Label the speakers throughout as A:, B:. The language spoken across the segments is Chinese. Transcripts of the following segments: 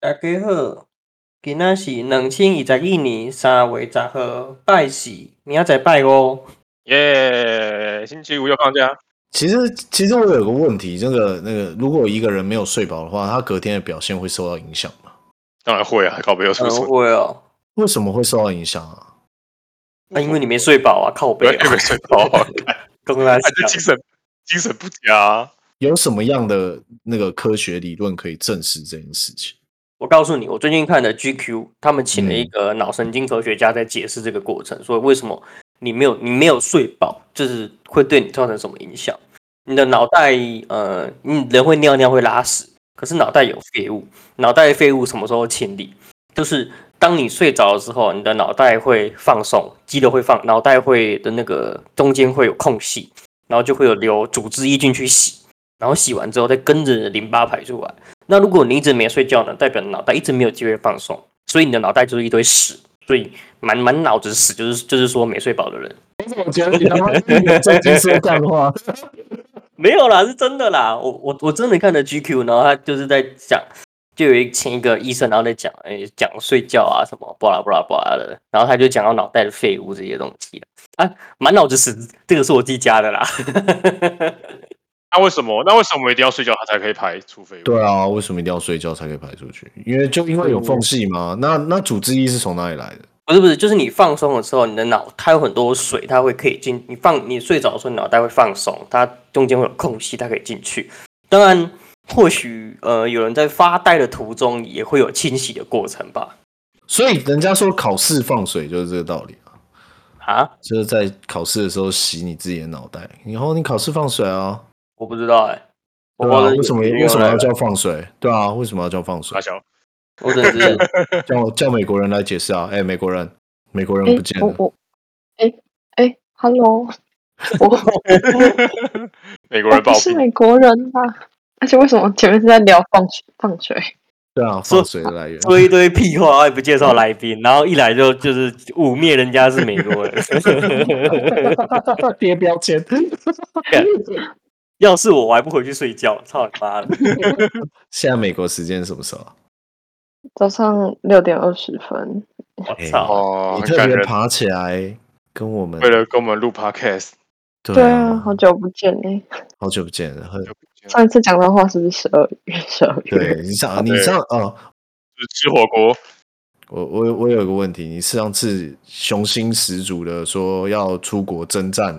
A: 大家好，今仔是两千二十一年三月十号，拜四，明仔载拜五。
B: 耶、星期五又放假，
C: 其实，其实我有个问题，那个那个，如果一个人没有睡饱的话，他隔天的表现会受到影响吗？
B: 当然会啊，靠背又出
A: 呃，
B: 错。
A: 会哦，
C: 为什么会受到影响啊？
A: 那、因为你没睡饱啊，靠
B: 对
A: 背，啊
B: 没，睡饱 啊，
A: 刚刚
B: 他就精神精神不佳啊。
C: 有什么样的那个科学理论可以证实这件事情？
A: 我告诉你，我最近看的 GQ，他们请了一
C: 嗯
A: 个脑神经科学家在解释这个过程，说为什么你没有你没有睡饱，就是会对你造成什么影响？你的脑袋呃，你人会尿尿会拉屎，可是脑袋有废物，脑袋废物什么时候清理？就是当你睡着的时候，你的脑袋会放松，肌肉会放，脑袋会的那个中间会有空隙，然后就会有流组织液进去洗，然后洗完之后再跟着淋巴排出来。那如果你一直没睡觉呢，代表你脑袋一直没有机会放松，所以你的脑袋就是一堆屎，所以满满脑子屎，就是就是说没睡饱的人。
C: 我觉得你他妈正经说干话，
A: 没有啦，是真的啦。我我我真的看了 GQ，然后他就是在讲，就有一请一个医生，然后在讲，哎、讲睡觉啊什么，巴拉巴拉巴拉的。然后他就讲到脑袋的废物这些东西啊，满脑子屎，这个是我自己加的啦。
B: 那为什么？那为什么一定要睡觉他才可以排出废物？
C: 对啊，为什么一定要睡觉才可以排出去？因为就因为有
D: 嗯
C: 缝隙嘛。那那组织液是从哪里来的？
A: 不是不是，就是你放松的时候，你的脑它有很多水，它会可以进。你放你睡着的时候，你脑袋会放松，它中间会有空隙，它可以进去。当然，或许呃，有人在发呆的途中也会有清洗的过程吧？
C: 所以人家说考试放水就是这个道理啊，
A: 啊，
C: 就是在考试的时候洗你自己的脑袋，然后你考试放水啊。
A: 我不知道哎、我
B: 哦
A: 不
C: 对啊，
A: 知道
C: 为什么
A: 有
C: 为什么要？
A: 有人
C: 叫放水？对啊，为什么要叫放水
B: 阿？小，
A: 我只是
C: 叫叫美国人来解释啊！哎、美国人，美国人
E: 哎，
C: 不见
E: 我
C: 了，
E: 我，哎哎，Hello，我
B: 美国
E: 我
B: 人
E: 不
B: 暴
E: 是
B: 毙，
E: 美国人吧？而且为什么前面是在聊放水放水？
C: 对啊，
A: 说
C: 放水的来源。
A: 说一堆屁话，也不介绍来宾，然后一来就就是污蔑人家是美国人。
C: 贴标签，
A: 要是我，我还不回去睡觉，操你妈的！
C: 现在美国时间是什么时候啊？
E: 早上六点二十分，
A: 我
C: 哎
A: 操！
B: 哦，
C: 你
D: 欸
B: 很
C: 特
B: 感
C: 别
B: 人。
C: 爬起来跟我们
B: 为，了跟我们录 podcast，
C: 对
E: 对啊，好久不见嘞！
C: 好久不见了，很
E: 上一次讲的话是不是十二月？十二月
C: 对你上你
B: 对
C: 上哦，
B: 就是吃火锅，
C: 我我我有个问题，你上次雄心十足的说要出国征战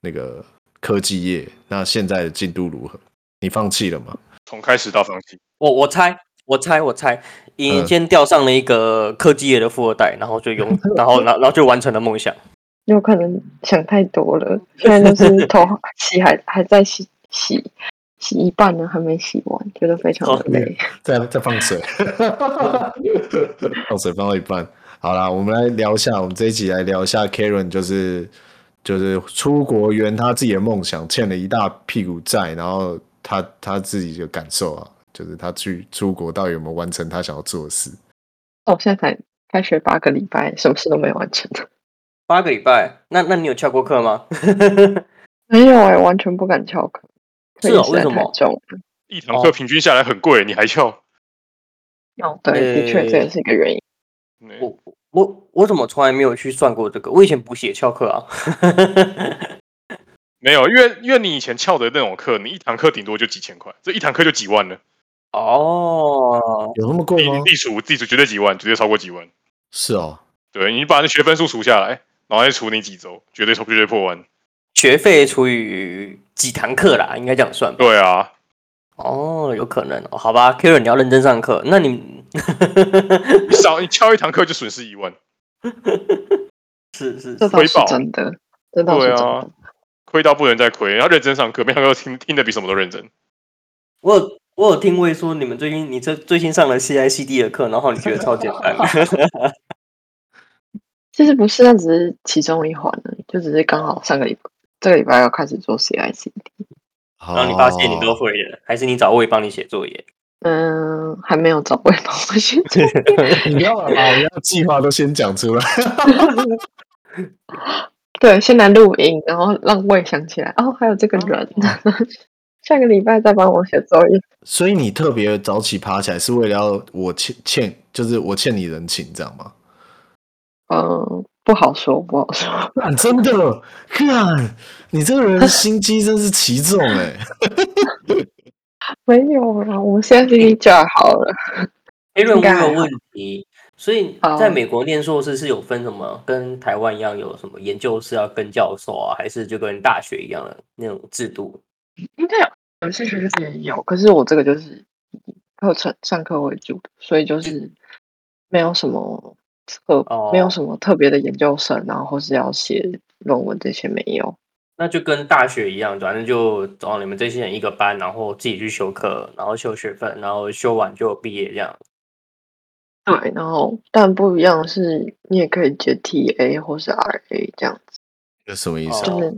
C: 那个科技业，那现在的进度如何？你放弃了吗？
B: 从开始到放弃。
A: 我我猜，我猜，我猜，你
C: 嗯
A: 先钓上了一个科技业的富二代，然后就 用，然后，然后然后就完成了梦想。
E: 有可能想太多了，现在就是头洗还还在洗洗洗一半呢，还没洗完，觉得非常
A: 哦
E: 的累。
C: 在在放水，放水放到一半。好啦，我们来聊一下，我们这一集来聊一下 Karen，就是就是出国圆他自己的梦想，欠了一大屁股债，然后他他自己的感受啊，就是他去出国到底有没有完成他想要做的事？
E: 那我现在才开学八个礼拜，什么事都没完成。
A: 八个礼拜，那那你有翘过课吗？
E: 没有哎、完全不敢翘课。
A: 是
E: 课业
A: 哦
E: 实
A: 为
E: 在
A: 什
E: 太
A: 么
E: 重了。
B: 一堂课
A: 哦
B: 平均下来很贵，你还翘？
E: 哦，对，的确这也是一个原因。
B: 嗯
A: 我我我怎么从来没有去算过这个？我以前补习也翘课啊。
B: 没有，因为因为你以前翘的那种课，你一堂课顶多就几千块，这一堂课就几万了。
A: 哦，
C: 有那么贵
B: 地
C: 吗？
B: 地主地主绝对几万，绝对超过几万。
C: 是哦，
B: 对你把那学分数除下来，然后再除你几周，绝对超绝对破万。
A: 学费除以几堂课啦，应该这样算吧。
B: 对啊，
A: 哦，有可能哦。好吧，Karen，你要认真上课。那你
B: 你少你翘一堂课就损失一万，
A: 是是
E: 这
A: 是
E: 倒是
B: 回报
E: 真的，这倒是
B: 对
E: 真
B: 啊
E: 的。
B: 亏到不能再亏，然后认真上课，每堂课都听听得比什么都认真。
A: 我有我有听魏说你们最近你这最新上了 CICD 的课，然后你觉得超简单，
E: 其实不是，那只是其中一环而已，就只是刚好上个礼拜，这个礼拜要开始做 CIC，
C: 然
A: 然后你发
F: 哦
A: 现你都会了，还是你找魏帮你写作业？
E: 嗯，还没有找位帮我去 做，
C: 你不要把我要计划都先讲出来。
E: 对，先来录音，然后让位想起来，哦，还有这个人， 下个礼拜再帮我写作业，
C: 所以你特别早起爬起来是为了要我欠欠，就是我欠你人情，这样吗？
E: 嗯，不好说，不好说，
C: 啊、真的，看你这个人心机真是奇重哎、
E: 没有啦，我现在 C D 就好了，
A: 哎，我有
E: 应该还好
A: 问题，所以
E: 好
A: 在美国念硕士是有分什么，跟台湾一样有什么研究室要跟教授啊，还是就跟大学一样的那种制度？
E: 应该有有些学校也有，可是我这个就是以课程上课为主，所以就是没有什么特、没有
A: 哦
E: 什么特别的研究生，然后或是要写论文这些没有。
A: 那就跟大学一样，反正就找你们这些人一个班，然后自己去修课，然后修学分，然后修完就毕业这样。
E: 对，然后但不一样的是，你也可以接 TA 或是 RA 这样子，
C: 这什么意思？啊
E: 就
A: 哦
E: 是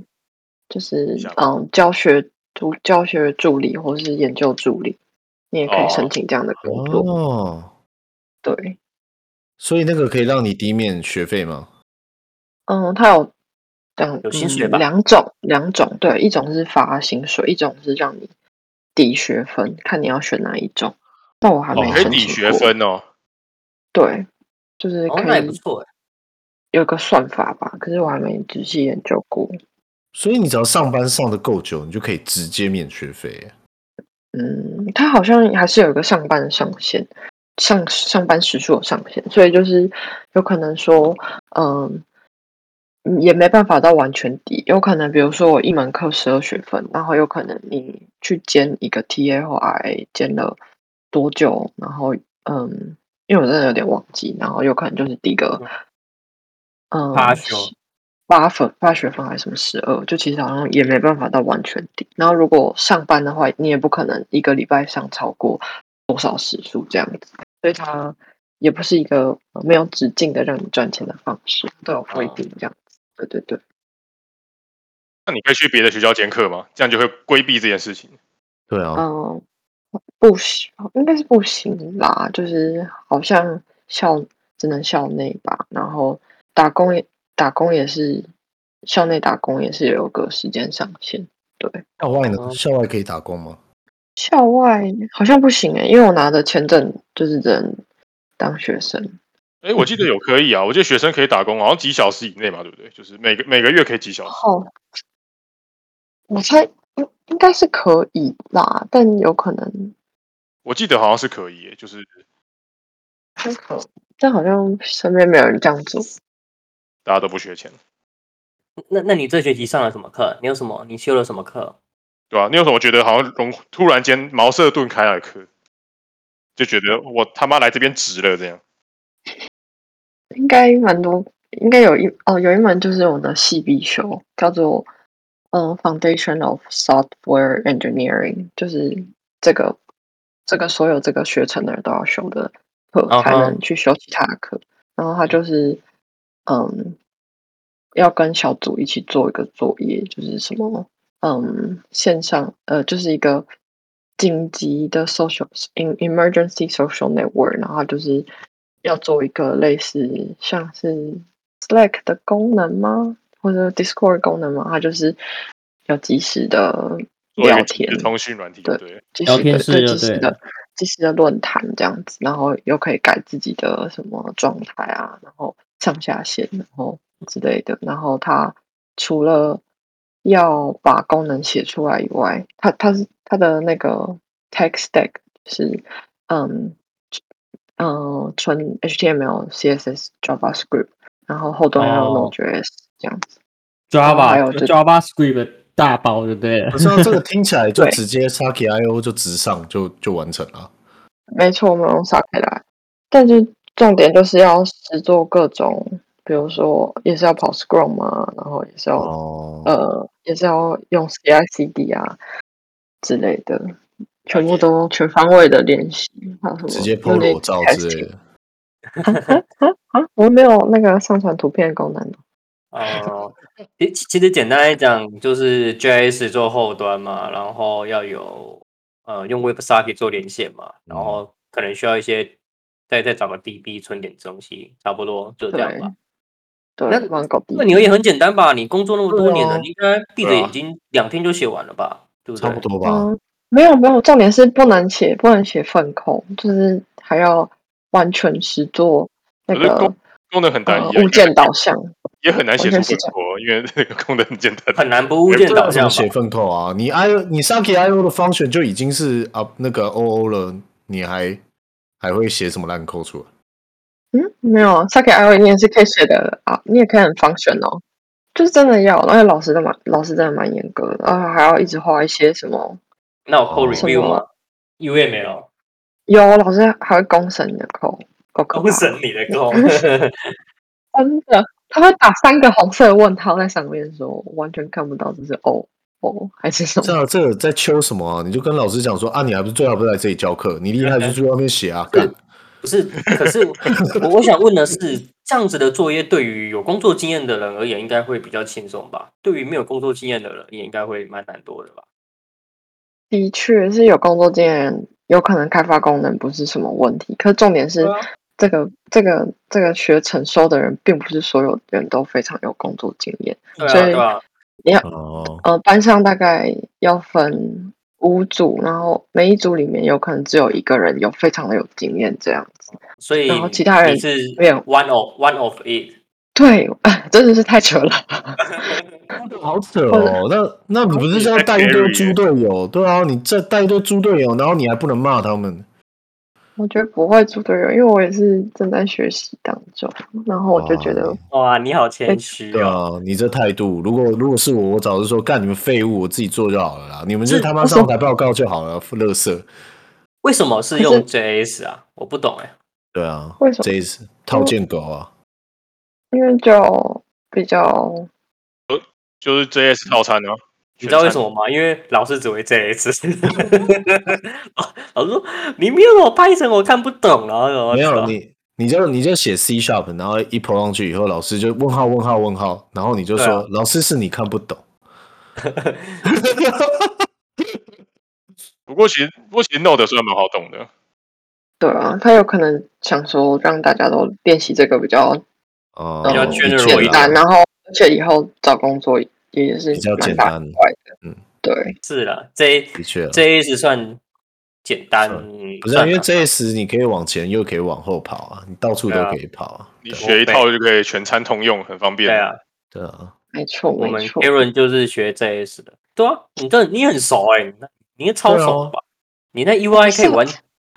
E: 就是
B: 想
E: 嗯，教学助教学助理或是研究助理，你也可以申
B: 哦
E: 请这样的工作。
C: 哦，
E: 对，
C: 所以那个可以让你抵免学费吗？
E: 嗯，它有两
A: 有薪水
E: 嗯
A: 吧
E: 两种，两种对，一种是发薪水，一种是让你抵学分，看你要选哪一种。但我还
B: 哦
E: 没
B: 可以
E: 申
B: 抵
E: 请
B: 学
E: 过，
B: 分哦，
E: 对，就是
A: 哦，那
E: 可
A: 也不
E: 以
A: 错哎。
E: 有个算法吧，可是我还没仔细研究过。
C: 所以你只要上班上的够久，你就可以直接免学费耶、
E: 嗯，它好像还是有一个上班上限，上上班时数有上限，所以就是有可能说，嗯，也没办法到完全抵，有可能比如说我一门课十二学分，然后有可能你去兼一个 TA 或 RA 兼了多久，然后嗯，因为我真的有点忘记，然后有可能就是抵个嗯
A: 八学
E: 八分八学分还是什么十二，就其实好像也没办法到完全抵。然后如果上班的话，你也不可能一个礼拜上超过多少时数这样子，所以它也不是一个呃没有止境的让你赚钱的方式，都有规
A: 哦
E: 定这样子。对对对，
B: 那你可以去别的学校兼课吗？这样就会规避这件事情。
C: 对啊，
E: 嗯，不行，应该是不行啦，就是好像校只能校内吧，然后打工也打工也是校内打工也是有个时间上限。
C: 校外
E: 啊
C: 呢？
A: 哦
C: 校外可以打工吗？
E: 校外好像不行哎、因为我拿的签证就是只能当学生。
B: 哎，我记得有可以啊，我记得学生可以打工，好像几小时以内嘛，对不对？就是每个每个月可以几小时。
E: 哦，我猜应应该是可以啦，但有可能，
B: 我记得好像是可以耶，就是
E: 但好像身边没有人这样做。
B: 大家都不缺钱，
A: 那那你这学期上了什么课？你有什么？你修了什么课？
B: 对吧、你有什么觉得好像融突然间茅塞顿开的课，就觉得我他妈来这边值了这样？
E: 应该蛮多，应该有一哦，有一门就是我的系必修，叫做嗯，Foundation of Software Engineering，就是这个这个所有这个学程的人都要修的课，
A: 嗯哼
E: 才能去修其他的课。然后它就是嗯，要跟小组一起做一个作业，就是什么嗯，线上呃，就是一个紧急的 social in emergency social network，然后它就是要做一个类似像是 Slack 的功能吗，或者 Discord 功能吗？它就是要及时的
B: 做一
E: 聊
B: 个即
E: 天
B: 时，通讯软体，对
E: 对
B: 不对？
E: 及
F: 聊
E: 时
F: 天
E: 的
F: 室
E: 对
F: 就
E: 及时
F: 对
E: 的
F: 了
E: 及时的论坛这样子，然后又可以改自己的什么状态啊，然后上下线，然后之类的。然后它除了要把功能写出来以外，它它是它的那个 tech stack 是嗯嗯纯 HTML、CSS、JavaScript，然后后端还有
F: 哦
E: Node.js 这样子。哦还
F: Java
E: 有就
F: JavaScript 的大包就对了
C: 不。是、啊，这个听起来就
E: 对
C: 直接 Saki IO 就直上就就完成了。
E: 没错，我们用撒开来，但是重点就是要实做各种，比如说也是要跑 Scrum 啊，然后也是要、
C: 哦，
E: 呃，也是要用 CI/CD 啊啊之类的，全部都全方位的练习，还有什么
C: 直接 po
E: 那
C: 裸照之类的。
E: 啊啊！我没有那个上传图片的功能的，
A: 哦，其其实简单来讲，就是 JS 做后端嘛，然后要有呃用 WebSocket 做连线嘛，然
C: 嗯
A: 后可能需要一些再再找个 DB 存点东西，差不多就这样吧。那
E: 对，蛮搞定
A: 那。你也很简单吧？你工作那么多年了，
C: 对啊
A: 你应该闭着
C: 对啊
A: 眼睛两天就写完了吧？对不对
C: 差？不多吧，
E: 嗯，没有没有，重点是不能写不能写粪空，就是还要完全实做那
B: 可是
E: 个
B: 功功能很单
E: 呃
B: 一、啊，
E: 物件导向。
B: 也很难写出
E: 完全是
B: 笨拙，因为那个功能很简单。
A: 很难
C: 哎
A: 不物件导
C: 怎么
A: 向
C: 写
A: 吧？
C: 粪扣啊？你 I O 你 Saki I O 的 function 就已经是啊那个 O O 了，你还还会写什么烂扣啊出来？
E: 嗯，没有啊，Saki I O 你也是可以写的啊，你也可以很方选哦，就是真的要，而且老师的蛮老师真的蛮严格的，然后还要一直画一些什么，
A: 那我扣
C: 哦
A: review
E: 什
A: 吗
E: 么
A: ？UA 没有，
E: 有老师还会公审你的扣，够可
A: 公
E: 怕，
A: 审你的 扣。
E: 真的，他会打三个红色的问号在上面说，我完全看不到这是 O O 还是什
C: 这
E: 么，
C: 样这个在秋什么啊？你就跟老师讲说啊，你还不是最好不是来这里教课，你厉害就去外面写啊，干。
A: 不是，可是我我想问的是，这样子的作业对于有工作经验的人而言，应该会比较轻松吧？对于没有工作经验的人，也应该会蛮难多的吧？
E: 的确是有工作经验人有可能开发功能不是什么问题，可是重点是。
A: 对啊
E: 这个这个这个学承收的人，并不是所有人都非常有工作经验。
A: 对
E: 所
A: 啊，
E: 以
A: 对啊，
C: 哦，
E: 呃，班上大概要分五组，然后每一组里面有可能只有一个人有非常的有经验这样子。
A: 所以
E: 然后其他人
A: 你是
E: 没有
A: one of one of it。
E: 对，啊、真的是太扯了。
C: 好扯哦！那那你不是要带一堆猪队友？对啊，你这带一堆猪队友，然后你还不能骂他们，
E: 我觉得不会组队友，因为我也是正在学习当中，然后我就觉
C: 哇
E: 得
A: 哇，你好谦虚
C: 对
A: 哦！
C: 啊，你这态度，如果如果是我，我早就说干你们废物，我自己做就好了啦，你们就是他妈上台报告就好了，乐色。
A: 为什么是
E: 可是
A: 用 JS 啊？我不懂哎。
C: 对啊，
E: 为什么
C: 这一次套件狗啊，
E: 因为就比较
B: 就是 JS 套餐呢、啊，
A: 你知道为什
B: 么？
A: 么吗？因为老师只会 JS。老师说你没有 Python，我看不懂。然后啊我
C: 没
A: 知
C: 有
A: 道
C: 你，你就你就写 C sharp，然后一 p 上去以后，老师就问号问号问号，然后你就
A: 对啊
C: 说老师是你看不懂，
B: 不过其实不过其实 Node 算蛮好懂的，
E: 对啊，他有可能想说让大家都练习这个比较
C: 哦，
E: 比较
C: 的
A: general
C: 确
A: 一
C: 啦
E: 简单，然后而且以后找工作也是
C: 比较
E: 蛮
C: 简
E: 大
C: 单
E: 块的，
C: 嗯，
E: 对，
A: 是了，J
C: 的确啦
A: JS 算简单
C: 啊算，
A: 嗯
C: 不是、啊、因为
A: 算
C: JS 你可以往前又可以往后跑啊，你到处
A: 对
C: 都
A: 啊
C: 可以跑啊，
B: 你学一套就可以全餐通用，很方便。
A: 对啊，
C: 对啊，
E: 没错
A: 我们
E: 没错，
A: Aaron 就是学 JS 的。对啊，你这你很熟哎、你那你应该超熟
C: 啊
A: 的吧？你那 UI
E: 啊
A: 可以玩？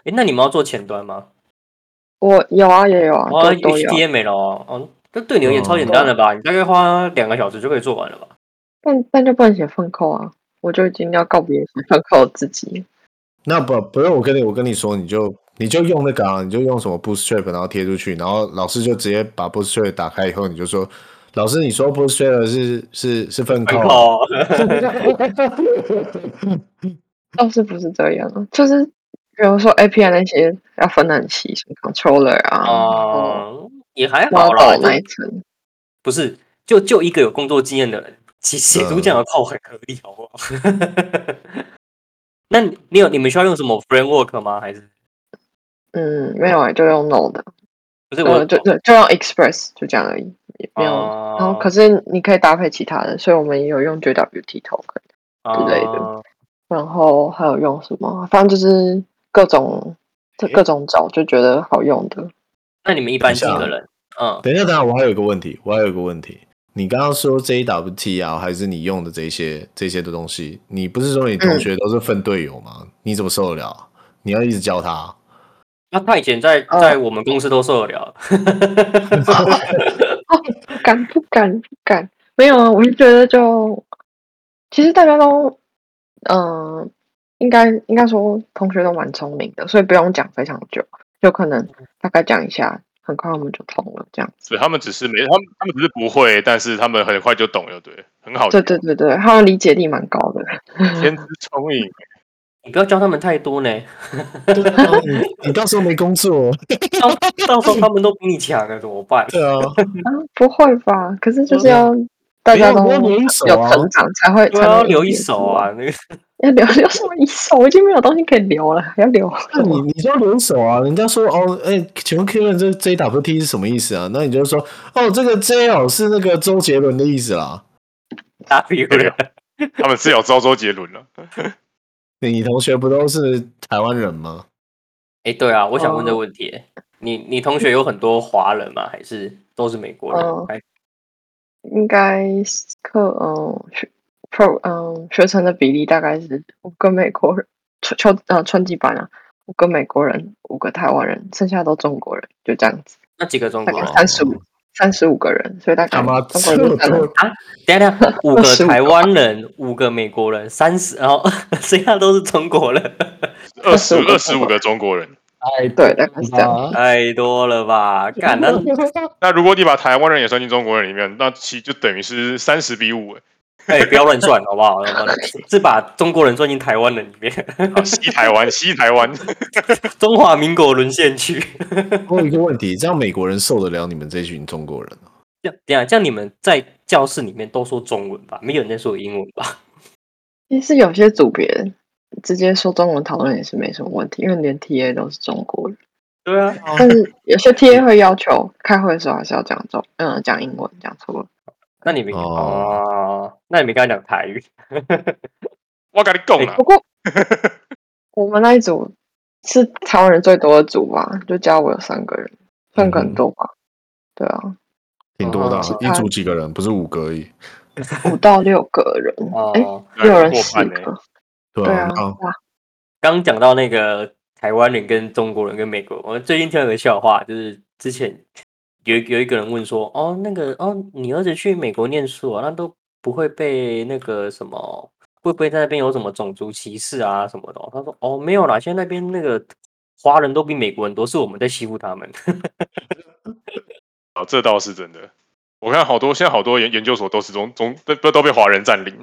A: 哎、那你们要做前端吗？
E: 我有啊也有啊，
A: 哇
E: 都都有啊，
A: ，HTML 哦，哦，这对你而言
C: 嗯
A: 超简单的吧？你大概花两个小时就可以做完了吧？
E: 但但就不能写粪扣啊，我就已经要告别写粪扣自己，
C: 那不不用我跟你我跟你说，你就你就用那个啊，你就用什么 Bootstrap 然后贴出去，然后老师就直接把 Bootstrap 打开以后，你就说老师你说 Bootstrap 是是是粪
A: 很
C: 扣啊、
A: 好，
E: 倒是不是这样啊，就是比如说 API 那些要分得很细，什么 controller 啊，然后
A: 哦，也还好啦，
E: model
A: 就
E: 那一层，
A: 不是就就一个有工作经验的人，写写出这
C: 嗯
A: 样的扣很合理，好不好？ 那你你有你们需要用什么 framework 吗？还是
E: 嗯，没有啊，就用 Node，
A: 不是我
E: 呃，就就就用 Express 就这样而已，也没有。然后
A: 哦
E: 可是你可以搭配其他的，所以我们也有用 JWT token，之类的
A: 哦
E: 然后还有用什么，啊反正就是各种这各种找就觉得好用的。
A: 那你们一般几
C: 等一下
A: 个人？嗯，
C: 等一下，等一下，我还有一个问题，我还有一个问题。你刚刚说 JWT 啊，还是你用的这些这些的东西？你不是说你同学都是粪队友吗？你怎么受得了啊？你要一直教他啊、
A: 那他以前在
E: 呃
A: 在我们公司都受得了，
E: 敢不敢？不敢？没有啊，我是觉得就其实大家都，嗯、应该应该说同学都蛮聪明的，所以不用讲非常久，有可能大概讲一下，很快我们就通了这样子。
B: 所以他们只是没他们他们只是不会，但是他们很快就懂了，对，很好用，
E: 对对对对，他们理解力蛮高的。
B: 天资聪颖。
A: 你不要教他们太多 呢，
C: 对啊， 你你到时候没工作，
A: 到到时候他们都比你强了怎么 办？
C: 对啊，
E: 啊，不会吧？可是就是
C: 对
E: 要大家都
C: 没有
E: 有
C: 没有留一手啊
E: 成长才会，
A: 我
E: 才
A: 要
E: 会
A: 留一
E: 进
A: 手
E: 步！
A: 啊，那个
E: 要留留什么一手？我已经没有东西可以留了，还要留什
C: 那
E: 么？
C: 你你就要留手啊！人家说哦，哎、请问 Kieran 这 JWT 是什么意思啊？那你就说哦，这个 J 哦是那个周杰伦的意思啦。
A: 打比
B: 对
A: 了
B: 啊。他们是有招周杰 伦了，
C: 你同学不都是台湾人吗？
A: 哎，对啊，我想问这
E: 哦
A: 个问题欸，你你同学有很多华人吗？还是都是美国人
E: 哦？
A: 还
E: 应该是课嗯学 pro 嗯学成的比例大概是五个美国人，春秋呃春季班啊，五个美国人，五个台湾人，剩下都中国人，就这样子，
A: 那几个中
E: 大
A: 国
E: 概
A: 人？
E: 三十五三十五个人，所以大概
C: 干嘛
E: 中国人
C: 这
E: 就
C: 么
E: 占了
C: 多？
A: 等一下， 等一下五个
E: 25
A: 台
E: 个
A: 湾人，五个美国人，三十，然后 剩下都是中国人，
B: 二十
E: 25个
B: 二十五个中国人。
C: 哎，
E: 对，大概是这样。
C: 啊，
A: 太多了吧？干，那
B: 那如果你把台湾人也算进中国人里面，那其实就等于是三十比五，欸
A: 哎，不要乱算，好不 好？好不好是把中国人算进台湾人里面，
B: 啊西台湾， 西台湾，
A: 中华民国沦陷区。
C: 我有一个问题，这样美国人受得了你们这群中国人吗？
A: 这样，等一下，这样你们在教室里面都说中文吧？没有人在说英文吧？
E: 其实有些组别直接说中文讨论也是没什么问题，因为连 TA 都是中国人。
A: 对啊，
E: 但是有些 TA 会要求开会的时候还是要讲中，嗯、讲英文，讲错了。
A: 那你没
C: 哦
A: 哦，那你没跟他讲台语？
B: 我跟你讲啊啦
E: 不， 过我们那一组是台湾人最多的组吧，就加我有三个人，算个很多吧。对啊，
C: 挺多的、啊
E: 哦，
C: 一组几个人，不是五个而已。
E: 五到六个人，哎、
A: 哦，
E: 六人
B: 过
E: 四
B: 半欸
E: 个，
C: 对
E: 对
C: 啊，
E: 啊，
C: 那
E: 哇，
A: 刚讲到那个台湾人跟中国人跟美国人，我最近听到一个笑话，就是之前有一有一个人问说，哦，那个哦，你儿子去美国念书啊，那都不会被那个什么，会不会在那边有什么种族歧视啊什么的哦？他说，哦，没有啦，现在那边那个华人都比美国人多，是我们在欺负他们。
B: 啊，这倒是真的。我看好多现在好多研研究所都是中中都都都被华人占领，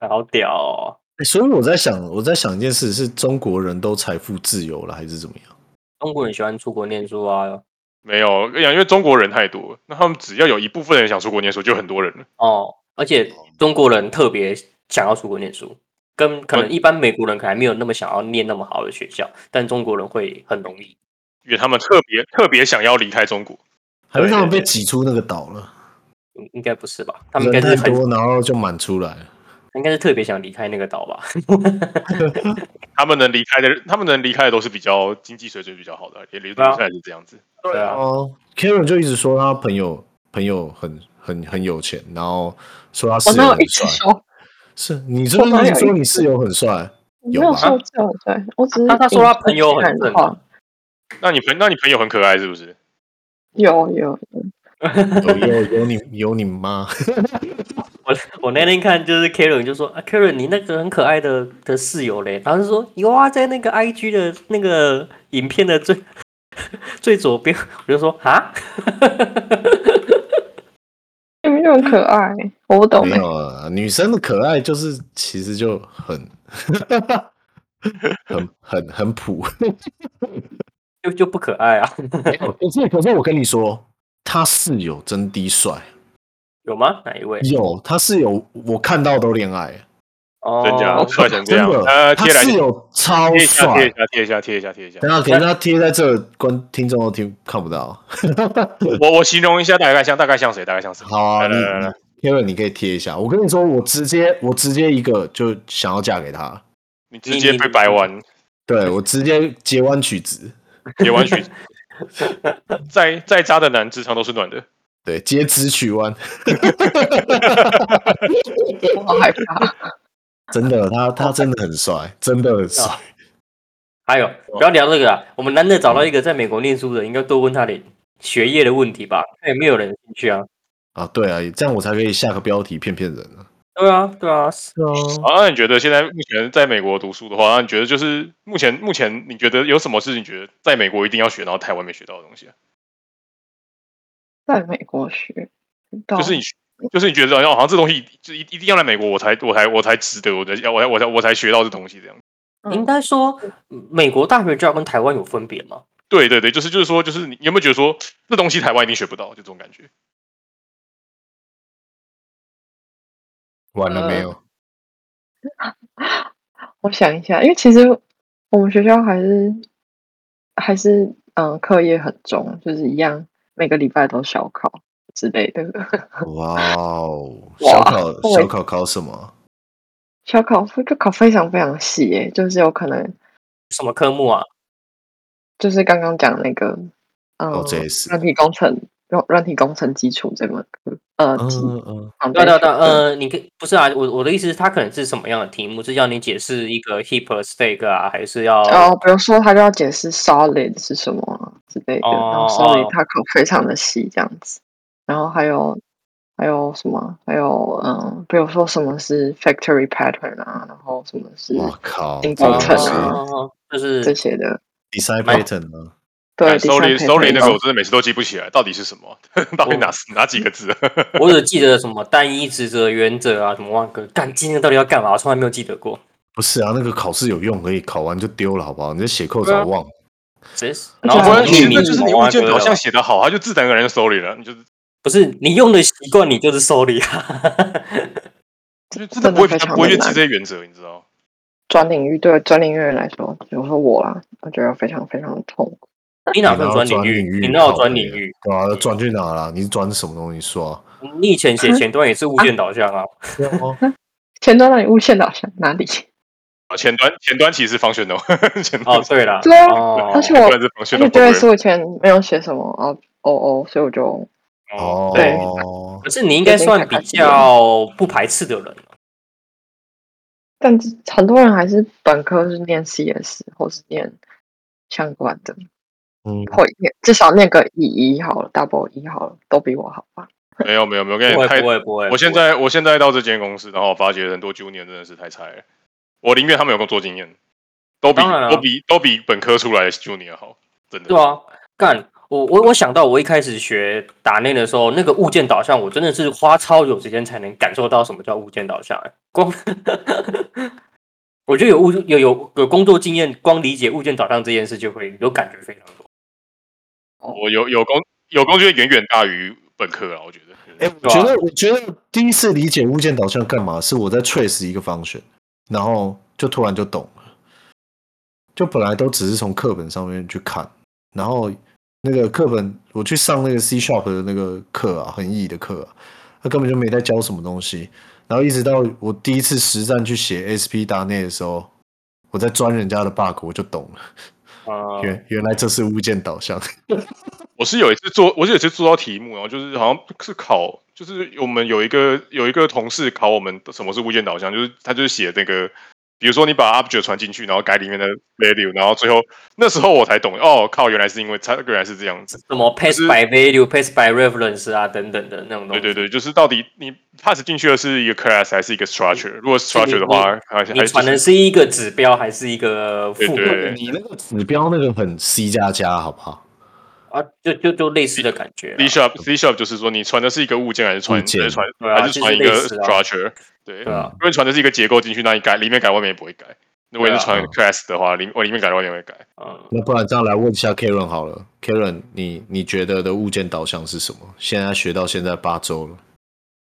A: 好屌、哦！
C: 欸所以我在想，我在想一件事，是中国人都财富自由了，还是怎么样？
A: 中国人喜欢出国念书啊，
B: 没有，我跟你讲，因为中国人太多了，那他们只要有一部分人想出国念书，就很多人了。
A: 哦，而且中国人特别想要出国念书，跟可
C: 嗯
A: 能一般美国人可能还没有那么想要念那么好的学校，但中国人会很容易。
B: 因为他们特别 特别想要离开中国，
C: 还是他们
A: 对
C: 被挤出那个岛了？
A: 应应该不是吧？他们应该
C: 人
A: 是
C: 太
A: 很，
C: 多，然后就满出来了。
A: 应该是特别想离开那个岛吧？
B: 他们能离开的，他们能离开的都是比较经济水准比较好的，也留留
A: 对啊
B: 下来是这样子。
A: 对啊，
C: 哦，Karen 就一直说他朋友朋友很很很有钱，然后说他
E: 我
C: 室友
E: 哦那有
C: 很
E: 一次
C: 帅。
E: 说，哦
C: 是你是不是一直说你室友很帅？
E: 我
C: 有
E: 没有
C: 吧
E: 说这种对，我只是
A: 他他说他
E: 引述
A: 朋友
E: 其他人
A: 很
E: 的
A: 正
E: 话
A: 啊，
B: 那你朋那你朋友很可爱是不是？
E: 有有
C: 有有有你有你 妈，
A: 我我那天看就是 Karen 就说啊，Karen 你那个很可爱的的室友嘞，然后就说有啊，在那个 IG 的那个影片的最 最左边，我就说啊，
E: 你们就很可爱，我不懂
C: 没
E: 哎、
C: 有啊，女生的可爱就是其实就很 很很很普。
A: 就就不可爱啊，
C: 可是可是我跟你说，他室友真的帅，
A: 有吗？哪一位？
C: 有他室友我看到都恋爱，
A: 哦，
B: 真假的？帅成这
C: 真
B: 样，
C: 的，
B: 呃，
C: 他
B: 贴来
C: 室
B: 贴
C: 友超
B: 一下贴
C: 帅
B: 一。下贴一下贴一下贴一下
C: 等。下，可能他贴在这，观听众都听看不到。
B: 我我形容一下，大概像大概像谁？大概像谁？
C: 好啊，
B: 来
C: 你
B: 来来来，
C: k e v i n 你可以贴一下。我跟你说，我直接我直接一个就想要嫁给他，
B: 你直接
A: 你
B: 被掰弯，
C: 对我直接截弯曲直，
B: 也弯 曲。再再渣的男，直肠都是暖的。
C: 对，截直取弯，
E: 我好害怕。
C: 真的，他他真的很帅，真的 很
B: 哦
C: 帅。
A: 还有，不要聊这个啊！我们难得找到一个在美国念书的，应该多问他点学业的问题吧？看有没有人有兴趣啊？
C: 啊，对啊，这样我才可以下个标题骗骗人啊。
A: 对啊，对啊，
C: 是啊，
B: 啊，那你觉得现在目前在美国读书的话，那你觉得就是目前目前你觉得有什么是你觉得在美国一定要学，然后台湾没学到的东西啊？
E: 在美国学，就
B: 就是你就是你觉得哦好像这东西就一一定要来美国我才我才我才值得，我才要我才我才我才学到这东西这样。
E: 嗯
A: 应该说，美国大学教跟台湾有分别吗？
B: 对对对，就是就是说，就是你你有没有觉得说这东西台湾一定学不到，就这种感觉？
C: 完了没有？
E: 我想一下，因为其实我们学校还是还是嗯、呃课业很重，就是一样每个礼拜都小考之类的。
C: 哇哦，小考
E: 哇
C: 小考考什么？
E: 小考就考非常非常细耶，就是有可能
A: 什么科目啊？
E: 就是刚刚讲那个嗯、呃
C: 哦这也是
E: 软体工程软软体工程基础这门课呃基
D: 嗯嗯，
A: 对啊对啊
E: foundation
A: 对啊，
E: 的
A: 呃，你可不是啊？我我的意思是，它可能是什么样的题目？是要你解释一个 heap stake 啊，还是要
E: 哦，比如说他就要解释 solid 是什么啊之类的，然后
A: 哦
E: solid
A: 哦
E: 它考非常的细这样子，然后还有还有什么，还有嗯，比如说什么是 factory pattern 啊，然后什么是
C: 我靠，这
E: 顶
C: 个
E: 工
C: 东
E: 程
C: 西
E: 啊
A: 哦就
E: 这
A: 是
E: 些的，
C: design
A: 买
C: pattern 呢？
E: 对，
B: s
E: 第
B: o
E: 三
B: r r y s o r r y 啊那
E: pattern
B: 个我真的每次都记不起来，到底是什么？ 到底哪哪几个字？啊
A: 我只记得什么单一职责原则啊，什么万个干今天到底要干嘛？我从来没有记得过。
C: 不是啊，那个考试有用，可以考完就丢了，好不好？你这写扣早忘了。
A: 谁是？
E: 而
A: 然
E: 且
A: 后什么
E: 还
B: 关系
E: 是
A: 命
B: 那
A: 名
B: 就是
A: 什
B: 你
A: 么
B: 物
A: 挖
B: 件
A: 哥
B: 导
A: 的
B: 向
A: 吧
B: 写得好，它就自然而然 s o r r y 了，你就是
A: 不是你用的习惯，你就是 sorry 啊。
B: 就真的
E: 真
B: 不会
E: 的非
B: 他
E: 常
B: 不会
E: 的
B: 去记
E: 难
B: 这。些原则，你知道？
E: 专领域对专领域人来说，比如说我啦，我觉得非常非常痛苦。
A: 你哪份啊专领
C: 领
A: 域？你哪有
C: 靠
A: 专
C: 北
A: 领域？
C: 对啊，那转去哪了？你是转什么东西说啊？
A: 你以前写前端也是物件导向啊。
C: 对啊，
E: 前端让你诬陷导向哪里？
B: 啊，前端前端其实方选 n 前端
A: 哦，对了，
E: 对啊
A: 哦，
E: 而且
B: 不
E: 我
B: 然是方
E: 而
B: 选 n
E: 且这位是我以前没有写什么啊哦哦，所以我就
A: 哦
E: 对
C: 哦
A: 可，是你应该算比较不排斥的人了，
E: 但是很多人还是本科是念 CS 或是念相关的，
C: 嗯，
E: 或念至少念个 E 一好了，double 一好了，都比我好吧？
B: 没有没有没有，我跟你
A: 不会
B: 太
A: 不会不会。
B: 我现
A: 不会
B: 在我现在到这间公司，然后我发觉很多 junior 真的是太菜了，我宁愿他们有工作经验，都比
A: 当然啊
B: 都比都比本科出来的 junior 好，真的。
A: 对啊，干我我我想到我一开始学打内的时候，那个物件导向，我真的是花超久时间才能感受到什么叫物件导向、欸。光 我觉得有物有有有工作经验，光理解物件导向这件事就会有感觉非常多。
B: 我有有工有工就会远远大于本科啊，我觉得。
C: 哎、我觉得，我觉得第一次理解物件导向干嘛，是我在 trace 一个 function，然后就突然就懂了。就本来都只是从课本上面去看，然后那个课本我去上那个 C sharp 的那个课啊，很易的课啊，他根本就没在教什么东西。然后一直到我第一次实战去写 SP 大内的时候，我在钻人家的 bug，我就懂了，
A: 啊、
C: 原原来这是物件导向。
B: 我是有一次做，我是有一次做到题目，然后就是好像是考，就是我们有一个有一个同事考我们什么是物件导向，就是他就是写那个，比如说你把 object 传进去，然后改里面的 value，然后最后那时候我才懂，哦靠，原来是因为它原来是这样子。
A: 什么 pass
B: 是
A: by value、pass by reference 啊等等的那种
B: 对
A: 东西。
B: 对对，就是到底你 pass 进去的是一个 class 还是一个 structure？如果是
A: 是你
B: structure 的话，还还
A: 你
B: 还
A: 传的
B: 是
A: 是一个指标还是一个
B: 对
A: 副本
B: 对
C: 你那个指标那个很 C 加加，好不好？
A: 啊？就就就类似的感觉啦。啊
B: C sharp C sharp 就是说你传的是一个物件还是传
C: 物件
B: 还是传
A: 对啊
B: 还是传一个
A: 就是类似啊
B: structure？对
A: 对啊，
B: 因为传的是一个结构进去，那你改里面改外面也不会改。如果你是传
C: 对啊
B: class 的话，里我里面改外面也会改。
A: 嗯，
C: 那不然这样来问一下 Karen 好了，Karen，你你觉得的物件导向是什么？现在学到现在八周了，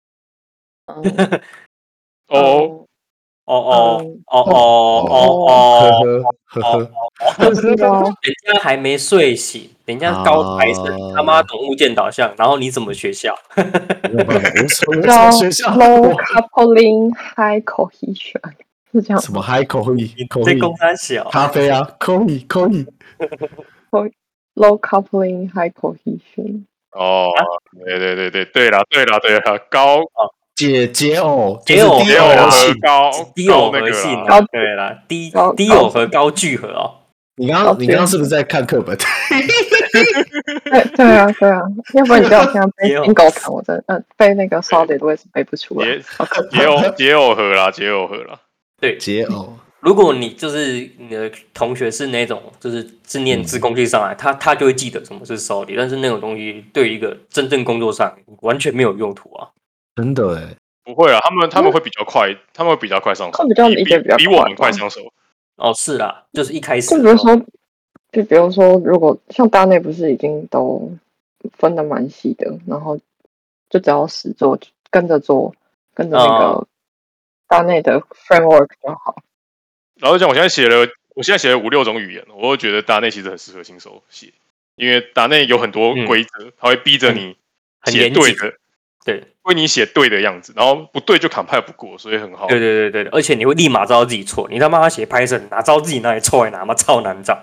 E: 嗯
B: 哦，
E: 嗯
A: 哦哦
E: 嗯
A: 哦哦
C: 呵
A: 哦哦，
C: 呵呵呵，
E: 是 哦，
A: 人家还没睡醒，人家高材生，
C: 啊
A: 他妈懂物件导向，然后你怎么学校？
C: 没有办法，我从我
E: 叫
C: 从学校
E: low
C: 我
E: coupling high cohesion 是这样
C: 什
E: 吗
C: 么 high 口译
A: 啊你
C: 口
A: 在
C: 译
A: 公山小，
C: 咖啡啊，口译口译，
E: ？low coupling high cohesion
B: 哦，对对对对对啦对啦对啦，高
C: 解解耦
A: 解耦
C: 就是
B: 没有
C: 耦
B: 啦
C: 合性。
B: 高
A: 低
B: 高
A: 耦
B: 那
A: 合
B: 个
A: 性
B: 啦，
A: 啊，对啦，低
E: 高
A: 低耦合高聚合哦，
C: 你刚刚你刚刚是不是在看课本？
E: 对对啊对啊，要不然你知道我现在背
A: 也有
E: single 堂，我真的嗯背那个 solid 我也是背不出来。
B: 解解耦解耦合啦解耦合啦，
A: 对，
C: 解耦
A: 如果你就是你的同学是那种就是是念自贡系上来，他他就会记得什么是 solid，但是那种东西对于一个真正工作上完全没有用途啊。
C: 真的哎，
B: 不会啊，他们他们会比较快，他们会比较快上手，
E: 会比较
B: 比
E: 理解比较
B: 比
E: 快
B: 我们快
E: 吧
B: 上手。
A: 哦，是啦，就是一开始哦
E: 就
A: 的
E: 比如
A: 时候，
E: 说，就比如说，如果像大内不是已经都分的蛮细的，然后就只要实做，跟着做，跟着那
A: 哦
E: 个大内的 framework 就好。
B: 然后讲，我现在写了，我现在写了五六种语言，我会觉得达内其实很适合新手写，因为达内有很多
A: 嗯
B: 规则，它会逼着你
A: 很
B: 写
A: 严
B: 对
A: 谨，
B: 的，
A: 对
B: 为你写对的样子，然后不对就 compile 不过，所以很好。
A: 对对对对，而且你会立马知道自己错，你他妈写 Python 哪知道自己哪里错，哪妈超难找。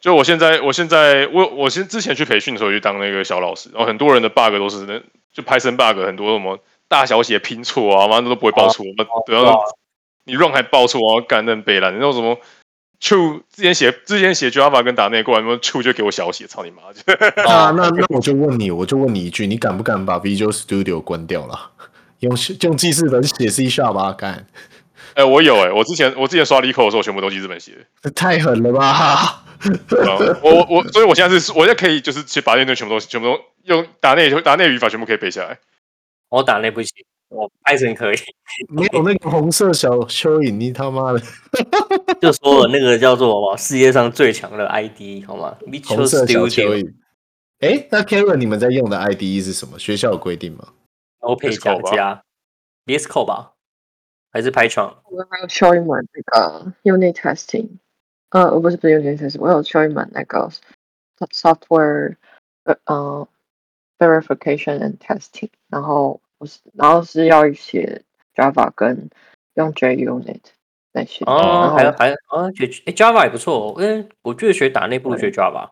B: 就我现在，我现在，我我先之前去培训的时候去当那个小老师，然后很多人的 bug 都是那就 Python bug 很多什么大小写拼错啊，妈的都不会报错，那然
A: 哦
B: 后你 run 还报错，然后干认背了，你那种什么 to 之前写之前写 Java 跟打内过来，什么 to 就给我小写，操你妈！就
A: 哦
C: 那那那我就问你，我就问你一句，你敢不敢把 Visual Studio 关掉了？用用记事本写 C s h a 吧，干，
B: 哎、我有哎、我之前我之前刷 l i c o 的时候，全部都记这本写的。
C: 这太狠了吧！
B: 对啊我我我，所以我现在是，我现在可以就是去把那些全部都全部都用打内打内语法全部可以背下来。
A: 我打那不行，我 Python 可以。
C: 没有那个红色小蚯蚓，你他妈的
A: 就说了那个叫做什么世界上最强的 ID 好吗
C: 红
A: ？Visual
C: 色小蚯
A: Studio
C: 蚓。哎，那 Karen，你们在用的 IDE 是什么？学校有规定吗？
A: o p 加
B: Discord 吧
A: 加 v s c o 吧，还是 Python？
E: 我还有修一门那个 unit testing，呃，我不是不是 unit testing，我有修一门那个 so- software 呃呃 verification and testing，然后我是然后是要写 Java 跟用 JUnit 那些，
A: 哦
E: 然，
A: 还有
E: 后
A: 还有啊，学诶 Java 也不错、哦，嗯，我觉得学打内不如学 Java。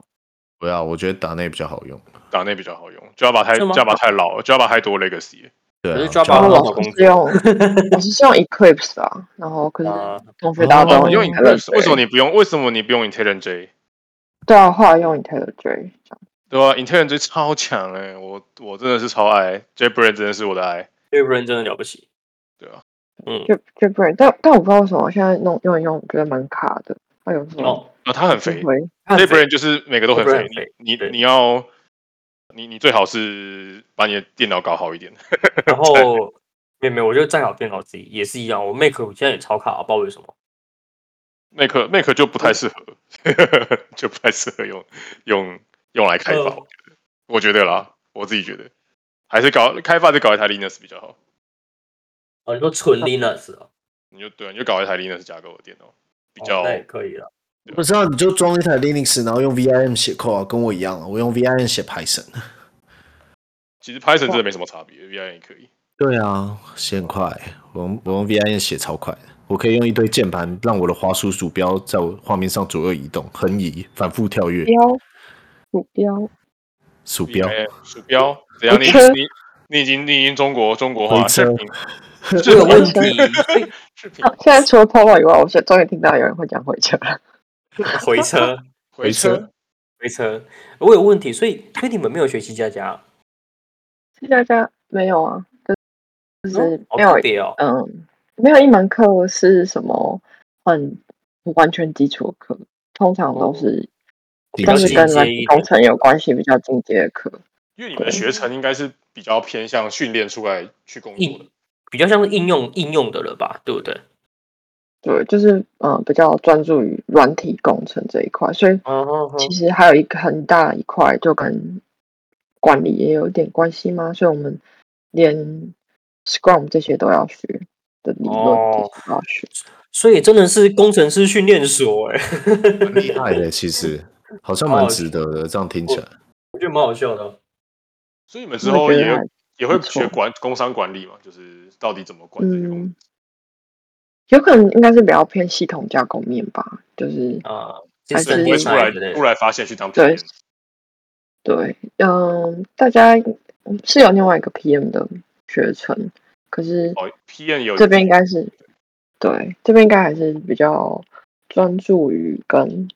C: 不要，我觉得打内比较好用。
B: 打内比较好用，Java 太
A: 是吗
B: Java 太老了，Java 太多 legacy 了。
C: 对、啊，
A: 可是 Java
E: 然
A: 好
E: 后老
A: 好工
E: 师
A: 作
E: 是用老师是用 Eclipse 啊，然后可是
A: 啊
E: 同学大家
C: 哦
E: 都
B: 你用 Eclipse，为什么
E: IntelliJ
B: 你不用？为什么你不用 IntelliJ？
E: 对啊，后来用 IntelliJ 这样。
B: 对吧、i n t e l l i j 超强哎、我我真的是超爱 JBrain，真的是我的爱。
A: JBrain 真的了不起。
B: 对啊，
A: 嗯，
E: 就就不然，但但我不知道为什么我现在弄用一用，觉得蛮卡的。它有时候
A: 哦，
B: 啊，它很
E: 就
B: 肥
E: 会
A: 它很肥
B: ，JBrain 就是每个都很
A: JBrain
B: 肥
A: 很肥。
B: 你你
A: 对
B: 你要，你你最好是把你的电脑搞好一点。
A: 然后没有没有，我觉得再好电脑自己也是一样，我 Mac 我现在也超卡，不知道为什么。
B: Mac Mac 就不太适合， 就不太适合用用用来开发。
A: 呃
B: 我觉得啦，我自己觉得还是搞开发就搞一台 Linux 比较好。
A: 哦，你说纯 Linux 哦，
B: 你就对，你就搞一台 Linux 架构的电脑，比较、
A: 哦那也可以了。
C: 不是啊，你就装一台 Linux，然后用 VIM 写 code，、啊、跟我一样啊，我用 VIM 写 Python。
B: 其实 Python 真的没什么差别，VI 也可以。
C: 对啊，写很快，我用我用 VIM 写超快的，我可以用一堆键盘让我的滑鼠鼠标在我画面上左右移动、横移、反复跳跃。
E: 标鼠标，
C: 鼠标
B: VI 鼠标怎样？你
E: 回车
B: 你你已经你已经中国中国化
C: 回车
B: 视频
A: 这个问
E: 我
A: 题，所以
B: 视频
E: 啊现在除了 Polo 以外，我是终于听到有人会讲回车了。
A: 回车
B: 回车，
A: 回车，我有问题，所以所以你们没有学习加加啊，
E: C 加加没有啊，就是
A: 好
E: 没有
A: 特别哦。
E: 嗯，没有一门课是什么很完全基础的课，通常都是
C: 顶
E: 都是
C: 级
E: 跟
A: 阶
E: 软
A: 一点
E: 体工程有关系比较进阶的课。
B: 因为你们的
E: 对
B: 学程应该是比较偏向训练出来去工作
E: 嗯
B: 的
A: 应。比较像是应用应用的了吧，对不对？
E: 对，就是呃比较专注于软体工程这一块，所以
A: 哦，
E: 其实还有一个很大一块就跟管理也有点关系嘛，所以我们连 Scrum 这些都要学的理论这
A: 哦
E: 些都要学。
A: 所以真的是工程师训练所哎、
C: 蛮厉害的，其实好像蛮值得的。这样听起来，
A: 我觉得蛮好笑的。哦
B: 所以你们之
E: 我
B: 后
E: 觉
B: 也
E: 得还
B: 也会
E: 不错
B: 学管工商管理嘛，就是到底怎么管这些公司
E: 嗯，有可能应该是比较偏系统架构面吧，就是
A: 啊，精
E: 还是
B: 所以
A: 神
B: 不会
A: 天
B: 出
A: 才
B: 来
A: 之类
B: 出
A: 的。
B: 来发现去当
E: 对
B: PM，
E: 对，嗯，大家是有另外一个 PM 的学程，可是
B: 哦，PM 有
E: 这边应该是对，这边应该还是比较专注于跟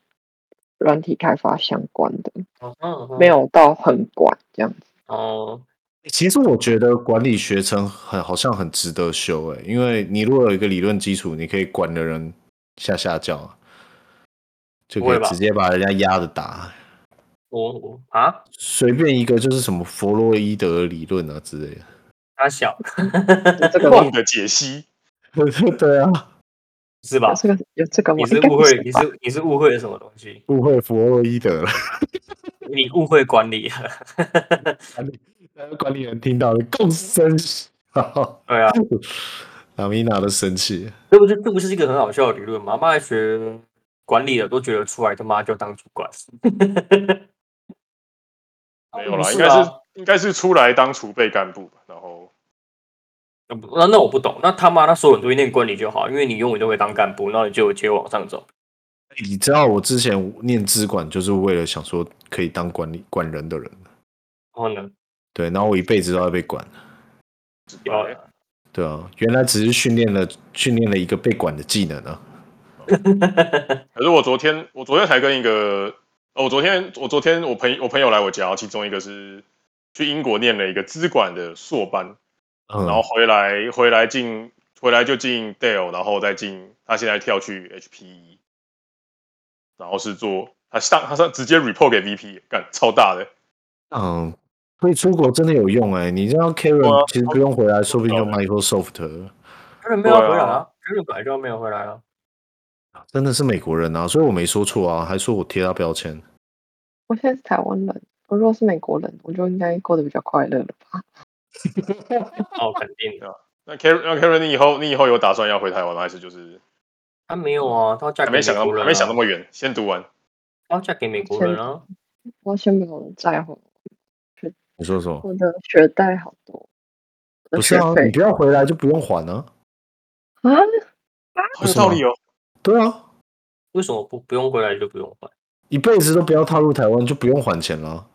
E: 软体开发相关的，
A: 哦哦哦
E: 没有到很广这样子。
A: 哦，
C: 其实我觉得管理学程很好像很值得修诶，因为你如果有一个理论基础，你可以管的人下下教啊，就
A: 不
C: 可
A: 会
C: 以
A: 吧
C: 直接把人家压着打。
A: 我我啊，
C: 随便一个就是什么弗洛伊德理论啊之类的。
A: 他小，
E: 这个
B: 梦的解析，
C: 对啊，
A: 是吧
E: 有？这个有这个吗
A: 你？
E: 应
A: 是
E: 该
A: 误
E: 不
A: 会，
E: 是
A: 你
E: 吧？
A: 是你是误会了什么东西？
C: 误会弗洛伊德了，
A: 你误会管理了。
C: 管理员听到了共生，
A: 对 啊，
C: 拉米娜都生气了。
A: 这不是这不是一个很好笑的理论吗？妈来学管理的都觉得出来他妈就当主管，
B: 没有
E: 哦
B: 啦，应
A: 不是
B: 该
A: 啊
B: 是应该是出来当储备干部吧，然后
A: 那不那那我不懂，那他妈那所有人都念管理就好，因为你永远都会当干部，那你就有机会往上走。
C: 你知道我之前念资管就是为了想说可以当管理管人的人，
A: 然后呢，
C: 对，然后我一辈子都要被管，
A: 要
C: 对啊，原来只是训练了训练了一个被管的技能啊，
B: 可是我昨天，我昨天才跟一个，哦，我昨天，我昨天我朋我朋友来我家，其中一个是去英国念了一个资管的硕班，
C: 嗯，
B: 然后回来回来进回来就进 Dell，然后再进他现在跳去 HPE，然后是做他上他上直接 report 给 VP，干超大的，
C: 嗯，所以出国真的有用哎、你这样
B: 对
C: Karen
B: 啊
C: 其实不用回来，说不定就 Microsoft 了
A: 他人没有要
B: 对啊
A: 回来啊，他人本来就没有回来啊。
C: 真的是美国人啊，所以我没说错啊，还说我贴他标签，
E: 我现在是台湾人，我如果是美国人，我就应该过得比较快乐了吧？
A: 哦，肯定的，
B: 那 Karen 那 Karen 你以后你以后有打算要回台湾吗？还是就是
A: 他没有啊，他要嫁
B: 还
A: 给
B: 没
A: 美
B: 想那么
A: 国人、啊，
B: 还没想那，么远，先读完。
A: 他要嫁给美国人啊。
E: 我先不用在乎
C: 你说什么？
E: 我的学贷好多，我的
C: 不是
E: 学
C: 啊，你
E: 费
C: 不要回来就不用还啊，
E: 啊，
B: 好有道理哦，
C: 对啊，
A: 为什么不不用回来就不用还？
C: 一辈子都不要踏入台湾就不用还钱了。啊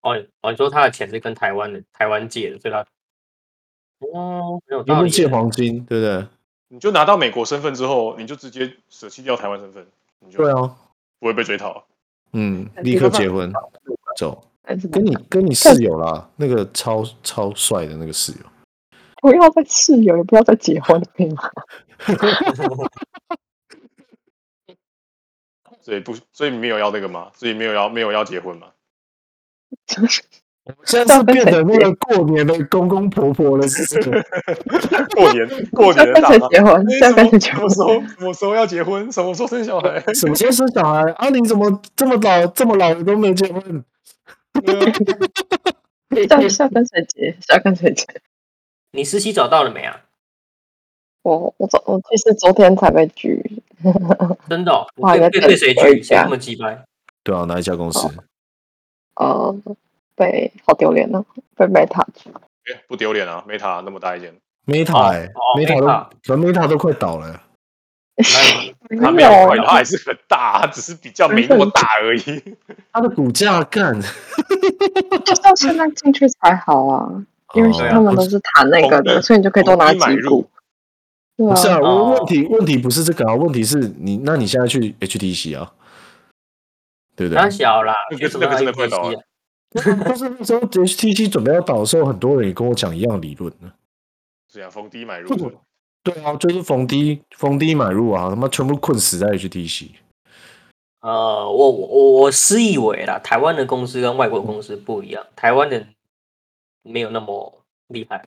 A: 哦哦，你说他的钱是跟台湾的台湾借的，所以他哦，没有
C: 你
A: 道
C: 不
A: 理
C: 是借
A: 耶。
C: 黄金，对不对？
B: 你就拿到美国身份之后，你就直接舍弃掉台湾身份，你就
C: 对啊，
B: 不会被追讨。
C: 嗯，
E: 哎
C: 立
E: 没
C: 刻
E: 办法
C: 结婚，走，
E: 还是
C: 跟你跟你室友啦，那个超超帅的那个室友，
E: 不要再室友，也不要再结婚，可以吗？
B: 所以不，所以没有要那个嘛，所以没有要没有要结婚嘛。
E: 就是
C: 现在是变成那个过年的公公婆婆了，是不是？
B: 过年过
E: 要
B: 年
E: 跟
B: 大
E: 谁
B: 妈，
E: 结婚？
B: 哎
E: 要跟谁结
B: 什么？
E: 婚
B: 什么时候什么时候要结婚？什么时候生小孩？
C: 什么时候生小孩啊？你怎么这么老这么老都没结婚？
B: 对啊
E: 到底是要跟谁结？是要跟谁结？
A: 你实习找到了没啊？
E: 我我昨我其实昨天才被拒，
A: 真的、哦，你
E: 哇
A: 被
E: 那
A: 被
E: 等
A: 被谁
E: 我
A: 拒？
E: 一
A: 谁
E: 下
A: 这么鸡掰？
C: 对啊，哪一家公司？
E: 呃，被好丢脸呢，被 Meta 拒。
B: 哎不丢脸啊，Meta 那么大一间，
C: Meta 哎、
A: 哦哦
C: Meta
A: ，Meta
C: 都可能 Meta 都快倒了、
B: 它没
E: 没有
B: 有快，
E: 啊
B: 它还是很大，它只是比较没那么大而已。
C: 它的股价干，
E: 就是要现在进去才好啊，因为
C: 哦
E: 现在他们都是谈那个
B: 同
E: 的，
B: 意
E: 所以你就可以多拿
B: 同意买
E: 几股
B: 入。
E: 对
C: 不是啊，
E: 啊，
C: 我
A: 哦
C: 问题问题不是这个啊，问题是你，那你现在去 HTC 啊，对不对
A: 当？小啦，
B: 那个
A: 学什么
B: 那个真的快
A: IPC
B: 倒了
A: 啊
C: 但是那时候 HTC 准备要倒的时候，很多人也跟我讲一样理论呢。
B: 这样啊逢低买入
C: 这，个对啊，就是逢低逢低买入啊，他妈全部困死在 HTC。
A: 呃，我我我我私以为啦，台湾的公司跟外国公司不一样，台湾的没有那么厉害。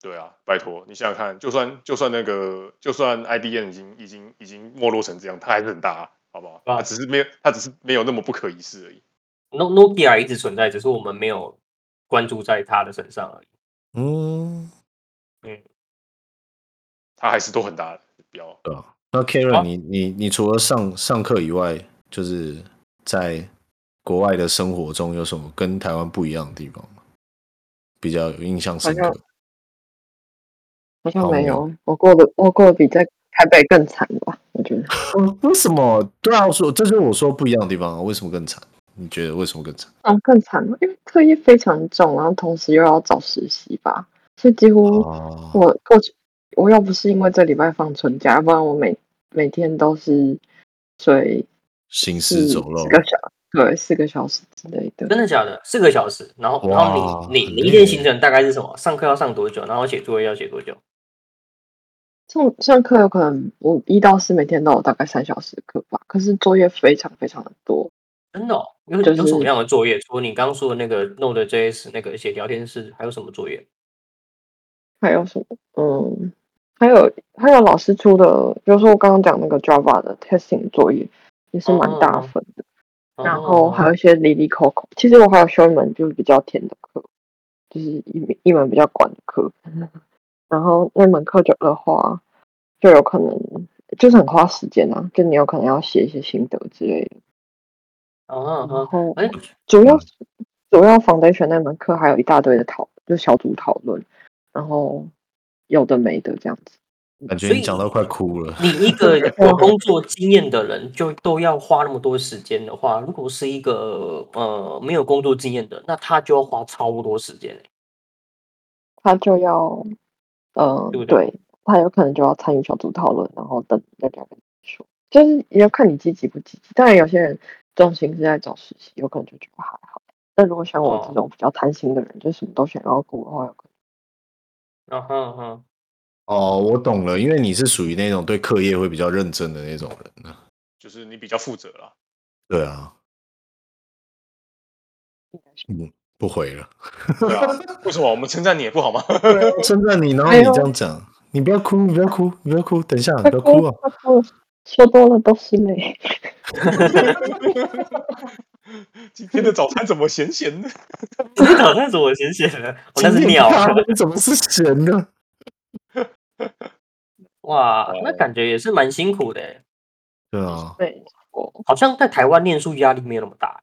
B: 对啊，拜托你想想看，就算就算那个就算 IBM 已经已经已经没落成这样，它还是很大，好不好？
A: 啊
B: 它只是没有它只是没有那么不可一世而已。
A: No Nokia 一直存在，只是我们没有关注在它的身上而已。
C: 嗯，
B: 它还是都很大的，不要
C: 对啊。那 Karen，、
A: 好
C: 你你你除了上上课以外，就是在国外的生活中有什么跟台湾不一样的地方吗？比较有印象深
E: 好
C: 刻
E: 像？好像
C: 好
E: 没
C: 没有
E: 有，我过得我过得比在台北更惨吧，我觉得。
C: 嗯，为什么？对啊，说这就是我说不一样的地方啊。为什么更惨？你觉得为什么更惨？
E: 嗯，更惨了，因为课业非常重，然后同时又要找实习吧，所以几乎
C: 哦，
E: 我过去，我要不是因为这礼拜放春假，要不然我每每天都是睡
C: 行尸
E: 四
C: 走肉
E: 四，个小对四个小时之类的，
A: 真的假的？四个小时，然后然后
C: 哇
A: 你你
C: 很
A: 你一
C: 累
A: 天
C: 耶
A: 行程大概是什么？上课要上多久？然后写作业要写多久？
E: 上上课有可能我一到四每天都有大概三小时的课吧，可是作业非常非常的多，
A: 真的、哦、有
E: 就
A: 有什么
E: 是
A: 样的作业？除了你刚刚说的那个 Node.js 那个写聊天室，还有什么作业？
E: 还有什么嗯，还有还有老师出的，比如说我刚刚讲那个 Java 的 testing 作业也是蛮大份的，
A: 哦
E: 然后还有一些离离口口。其实我还有修一门就是比较甜的课，就是一一门比较管的课，然后那门课就的话，就有可能就是很花时间啊，就你有可能要写一些心得之类的。
A: 哦
E: 然
A: 哦，
E: 后
A: 哎，
E: 主要是主要 foundation 那门课还有一大堆的讨，就是小组讨论，然后有的没的这样子。
C: 感觉
A: 所以
C: 你讲到快哭了。
A: 你一 个有工作经验的人，就都要花那么多时间的话，如果是一个呃没有工作经验的，那他就要花超多时间、欸、
E: 他就要，呃
A: 对不，对
E: 对他有可能就要参与小组讨论，然后等大家跟你说，就是也要看你积极不积极。当然，有些人重心是在找实习，有可能就觉得还好。但如果像我
A: 哦
E: 这种比较贪心的人，就什么都想要顾的话，有可能
A: 嗯哼 哼，
C: 哦，我懂了，因为你是属于那种对课业会比较认真的那种人呢。
B: 就是你比较负责啦。
C: 对啊，
E: 应该是
C: 嗯，不回了。
B: 对啊，为什么我们称赞你也不好吗？
C: 称赞你，然后
E: 哎
C: 你
E: 呦
C: 这样讲，你不要哭，你不要哭，你不要哭，等一下，你
E: 快
C: 不要哭
E: 哭
C: 啊！
E: 快哭，说多了都是泪。
B: 今天的早餐怎么咸咸的？
A: 你这脑袋怎么显显的？我那是尿
C: 今天的咖啡怎么是咸的？
A: 哇，那感觉也是蛮辛苦的欸、
C: 对啊，
E: 对，我
A: 好像在台湾念书压力没有那么大，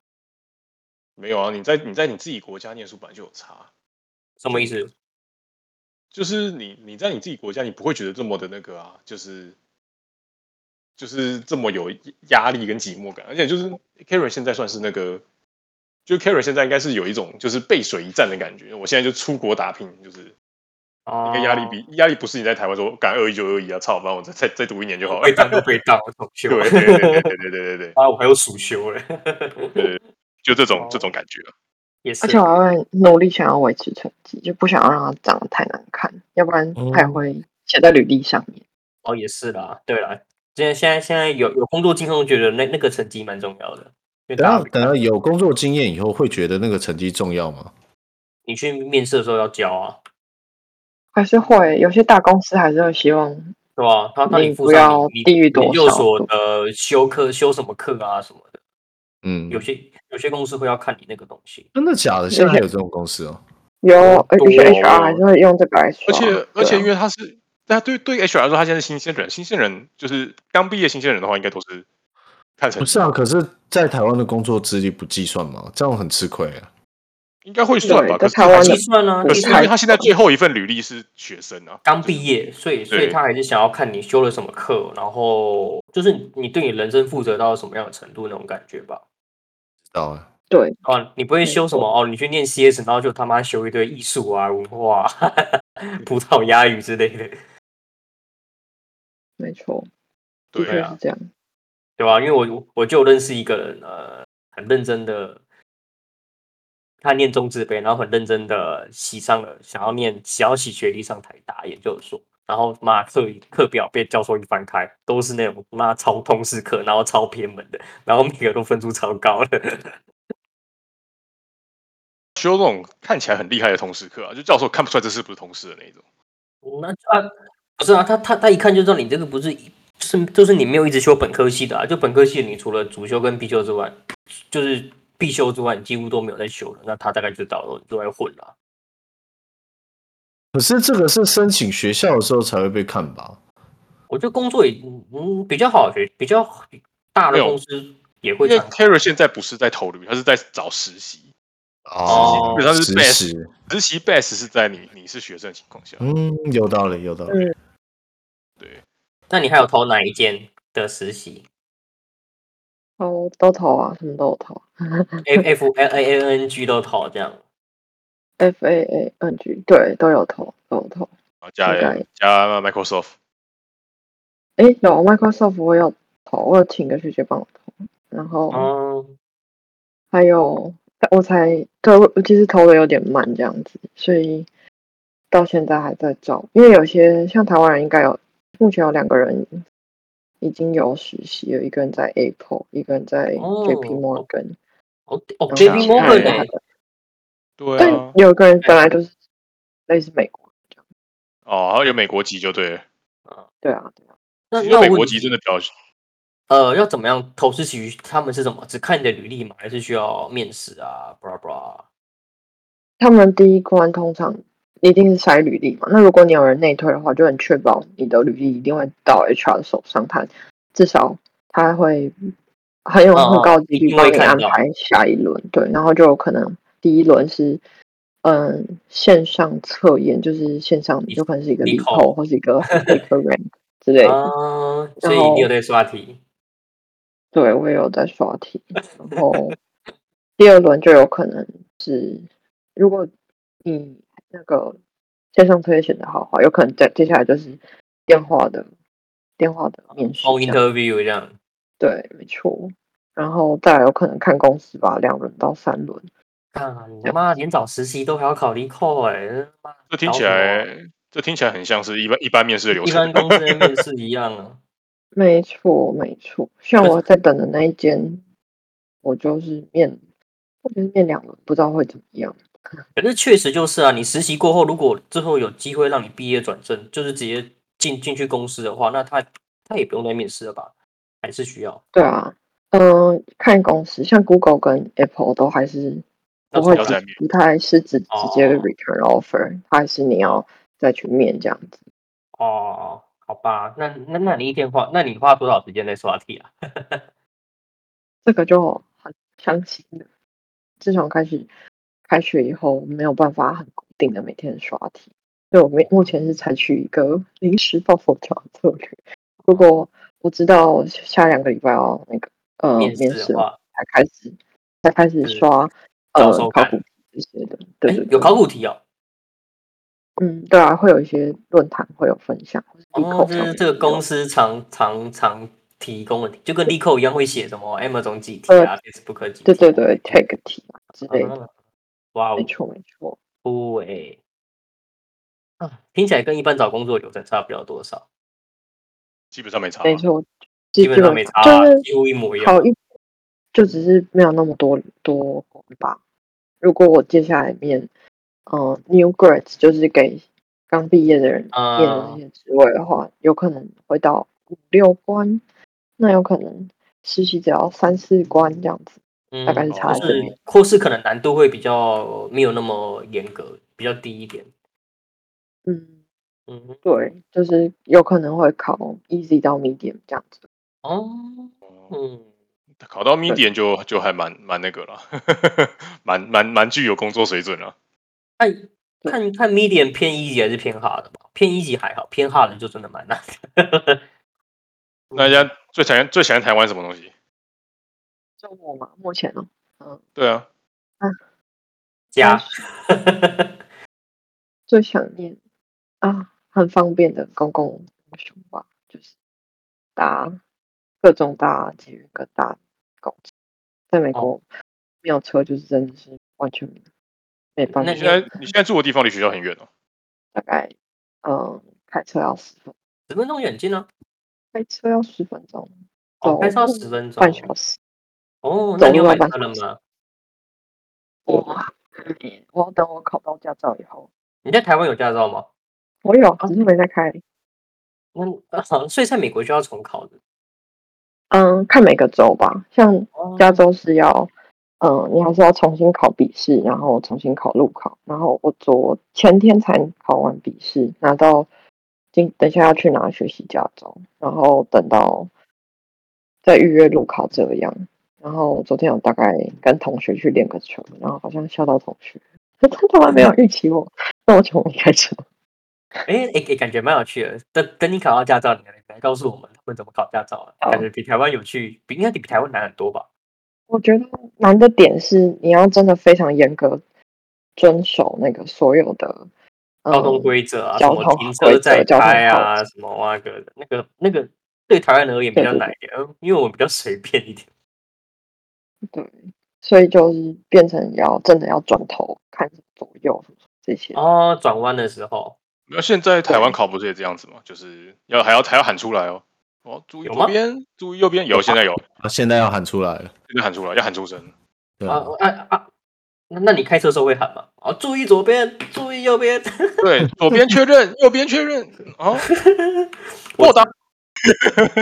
B: 没有啊，你在你在你自己国家念书本来就有差，
A: 什么意思？
B: 就是你你在你自己国家，你不会觉得这么的那个啊，就是就是这么有压力跟寂寞感，而且就是 Karen 现在算是那个，就 Karen 现在应该是有一种就是背水一战的感觉。我现在就出国打拼，就是应
A: 哦，
B: 该压力比压力不是你在台湾说敢二一就二一啊，操，反正我再再再读一年就好了
A: 被。当就被 当，我重修
B: 对。对对对对对对对
A: 啊，我还有暑修嘞，
B: 对，就这种
A: 哦
B: 这种感觉啊。
A: 也是
E: 而且我要努力想要维持成绩，就不想要让它长得太难看，要不然它也
C: 哦
E: 会写在履历上面。
A: 哦，也是啦，对啦。现在现在现在有有工作经验，我觉得那那个成绩蛮重要的，因为
C: 等
A: 大
E: 啊
C: 下
A: 家
C: 等下有工作经验以后，会觉得那个成绩重要吗？
A: 你去面试的时候要交啊，
E: 还是会有些大公司还是会希望
A: 对吧？他他你
E: 你
A: 附
E: 不
A: 上
E: 要
A: 你
E: 低于
A: 你
E: 多
A: 研究
E: 少
A: 所
E: 度
A: 的修课修什么课啊什么的，
C: 嗯，
A: 有些有些公司会要看你那个东西。
C: 真的假的？现在还有这种公司哦？
E: 有而
B: 多
E: 且
B: 哦
E: HR 还是会用这个来
B: 而
E: 刷，
B: 且而
E: 对
B: 且因
E: 啊
B: 为他是，那对对 HR 来说，他现在是新鲜人，新鲜人就是刚毕业新鲜人的话，应该都是看成
C: 不是啊，可是，在台湾的工作资历不计算吗？这样很吃亏啊。
B: 应该会算吧。可
E: 对在
B: 是
E: 台
B: 还
E: 湾
B: 是
A: 计
E: 的
A: 算啊，
B: 可是
A: 计
B: 因为
A: 算
B: 他现在最后一份履历是学生啊，
A: 刚毕业，所以所以
B: 对
A: 他还是想要看你修了什么课，然后就是你你对你人生负责到什么样的程度那种感觉吧。
C: 知道啊，
E: 对，
A: 哦，你不会
E: 没
A: 修什么
E: 错
A: 哦？你去念 CS，然后就他妈修一堆艺术啊、文化、 啊、葡萄牙语之类的，
E: 没错，的
B: 对
E: 确
A: 啊
E: 是这样。
A: 对吧、因为我我就认识一个人，呃，很认真的，他念中职杯，然后很认真的喜上了，想要念，想要洗学历上台大研究所，然后妈课课表被教授一翻开，都是那种妈超通识课，然后超偏门的，然后每个都分数超高的，
B: 修那种看起来很厉害的通识课啊，就教授看不出来这是不是通识的那种。
A: 那就啊，不是啊，他他他一看就知道你这个不是一，就是就是你没有一直修本科系的啊，就本科系你除了主修跟必修之外，就是必修之外，你几乎都没有在修了，那他大概就到了都在混了啊。
C: 可是这个是申请学校的时候才会被看吧？
A: 我觉得工作也嗯比较好学，比较大
B: 没
A: 的
B: 有
A: 公司也会
B: 因为
A: 参考
B: Terry 现在不是在投履历，他是在找实习，
A: 哦
B: 基本上是
C: 啊实
B: base
C: 时，
B: 实习 base 是在你你是学生的情况下，
C: 嗯，有道理，有道理。
B: 对，
A: 那你还有投哪一间的实习
E: 哦，都投啊，什么都有投
A: ？F F N A N N G 都投这样。
E: ，F A A N G 对都有投，都有投。
B: 然后加
E: 应该
B: 加 Microsoft，
E: 诶，有 Microsoft 我有投，我有请个学姐帮我投，然后
A: 哦、
E: 还有我才对我我其实投的有点慢这样子，所以到现在还在找，因为有些像台湾人应该有，目前有两个人已经有实习，有一个人在 Apple，一个人在 JP
A: 哦
E: Morgan，、
A: 哦
B: 嗯
A: 哦
E: 然后
A: ，J P
E: 其
A: Morgan
E: 他人都
A: 哎、
E: 还
B: 对
E: 在，
B: 对啊
E: 但，有一个人本来就是类似美国人这样，
B: 哦，还有美国籍就对了，
E: 对啊，对啊，
A: 那
B: 其
A: 那
B: 实
A: 我
B: 美
A: 问
B: 国
A: 你
B: 籍真的比较
A: 呃，要怎么样投资局他们是怎么只看你的履历吗？还是需要面试啊？blah blah。
E: 他们第一关通常一定是筛履历嘛。那如果你有人内推的话，就很确保你的履历一定会到 HR 手上，他至少他会很有
A: 嗯
E: 很高的
A: 一
E: 几率
A: 定
E: 帮
A: 会
E: 你
A: 看
E: 安
A: 到
E: 排下一轮。对，然后就有可能第一轮是嗯线上测验，就是线上有可能是一个
A: 力
E: 力
A: 扣
E: 扣或是一 个 l i c o rank 之类的。
A: 啊，所
E: 然
A: 以你有
E: 后
A: 在刷题
E: 对，我也有在刷题，然后第二轮就有可能是，如果你那个线上测验选的好的话，有可能再接下来就是电话的电话的面试
A: 哦，phone
E: 这样。
A: interview 这样。
E: 对，没错。然后再来有可能看公司吧，两轮到三轮。
A: 啊，你他妈连找实习都还要考力扣哎、他妈
B: 这听
A: 搞
B: 起
A: 什么
B: 来，这听起来很像是一般一般面试的流
A: 一
B: 程
A: 般。公司的面试一样啊。
E: 没错，没错。像
A: 可是
E: 我在等的那一间，我就是面，我就是面两轮，不知道会怎么样。
A: 可是确实就是啊，你实习过后，如果最后有机会让你毕业转正，就是直接进进去公司的话，那他他也不用再面试了吧？还是需要？
E: 对啊，嗯、看公司，像 Google 跟 Apple 都还是
A: 要
E: 不会
B: 要
A: 重
E: 直
B: 再
A: 来
B: 面
E: 不太是直直接
A: 哦
E: return offer，它还是你要再去面这样子。
A: 哦，好吧，那那那你一天花，那你花多少时间在刷题啊？
E: 这个就很伤心的。自从开始开学以后，没有办法很固定的每天刷题，所以我目目前是采取一个临时抱佛脚的策略。如果我知道我下两个礼拜要那个呃
A: 面
E: 面
A: 试
E: 试
A: 的
E: 了，
A: 话，
E: 才开始才开始
A: 是
E: 刷
A: 招
E: 呃
A: 收
E: 考
A: 感
E: 古题这些的。对
A: 哎、
E: 对
A: 有
E: 对，
A: 考古题哦。
E: 嗯，对啊，会有一些论坛会有分享，或是 B
A: 哦，
E: 口
A: 这
E: 上
A: 是
E: 面
A: 这个
E: 也有
A: 公司常常常提供的题，就跟力扣一样会写什么 M 总几题
E: 呃
A: 啊，Facebook 几题、啊。
E: 对对对 tag 题啊之类的，
A: 啊，哇
E: 没
A: 哦，
E: 错没错。
A: 酷哎、啊，听起来跟一般找工作流程差不了多少，
B: 基本上没差
E: 没
B: 啊。
E: 错，基
A: 基
E: 基
A: 本上
E: 本
A: 没
E: 上
A: 差、啊，
E: 就是
A: 几乎一模一样
E: 好。一，就只是没有那么多多关吧。如果我接下来面，呃，new grads 就是给刚毕业的人面的这
A: 啊、
E: 些职位的话，有可能会到五六关，那有可能实习只要三四关这样子，大概
A: 嗯，
E: 是
B: 哦
E: 差
A: 就
E: 在这边。
A: 是或是可能难度会比较没有那么严格，比较低一点。
E: 嗯，
A: 嗯，
E: 对，就是有可能会考 easy 到 medium 这样子。
A: 哦，
B: 哦
A: 嗯，
B: 考到
E: 对
B: medium 就就还蛮蛮那个了， 蛮蛮蛮具有工作水准啊了。
A: 看
E: 对
A: 看看 medium 偏 easy 还是偏 hard 的吧？偏 easy 还好，偏 hard 的就真的蛮难的。
B: 那人家最想最喜欢台湾什么东西？
E: 就我嘛，目前呢、嗯，
B: 对啊，
E: 他
A: 加，
B: 嗯
E: 最想念啊，很方便的公共运输吧，就是搭各种搭捷运跟搭公车。在美
A: 哦
E: 国没有车就是真的是完全没办
A: 那
B: 你
E: 法
A: 你
B: 现在你现在住的地方离学校很远哦。
E: 大概嗯开车要十分，
A: 十分钟远近呢、
E: 开车要十分钟，
A: 哦，开
E: 走
A: 车要
E: 路
A: 十分
E: 半
A: 钟
E: 小。时，
A: 哦，那
E: 走
A: 你有
E: 路要
A: 买
E: 半
A: 车
E: 小
A: 了
E: 时。
A: 吗？
E: 哇，嗯我要等我考到驾照以后，
A: 你在台湾有驾照吗？
E: 我有，
A: 啊
E: 只是没在开。
A: 那、啊、所以在美国就要重考的。
E: 嗯，看每个州吧，像
A: 哦
E: 加州是要，嗯，你还是要重新考笔试，然后重新考路考，然后我昨前天才考完笔试，拿到今等一下要去拿学习加州，然后等到再预约路考这样，然后昨天有大概跟同学去练个球，然后好像笑到同学， 他他们没有预期我，那我就没开车。
A: 哎哎、诶感觉蛮有趣的。等等你考到驾照，你来来告诉我们他们怎么考驾照啊？感
E: 好
A: 觉比台湾有趣，比应该比台湾难很多吧？
E: 我觉得难的点是，你要真的非常严格遵守那个所有的
A: 交通
E: 嗯
A: 规则啊，什
E: 交
A: 么
E: 通
A: 停车
E: 规
A: 再
E: 则、交通
A: 开
E: 号
A: 啊，
E: 志。
A: 什么那个的那个那个，对台湾人而言比
E: 对
A: 较
E: 对
A: 难一点，嗯因为我们比较随便一点。
E: 对，所以就是变成要真的要转头看左右这些。
A: 哦，转弯的时候
B: 那现在台湾
E: 对，
B: 考不是也这样子吗？就是要还要还要喊出来哦。哦，注意
A: 有
B: 左
A: 吗？
B: 边，注意右边。有，现在有，
C: 啊，现在要喊出来了，
B: 现在喊出来，要喊出声。
C: 对
A: 啊
C: 啊，
A: 啊啊！那那你开车的时候会喊吗？啊，注意左边，注意右边。
B: 对，左边确认，右边确认，哦，我打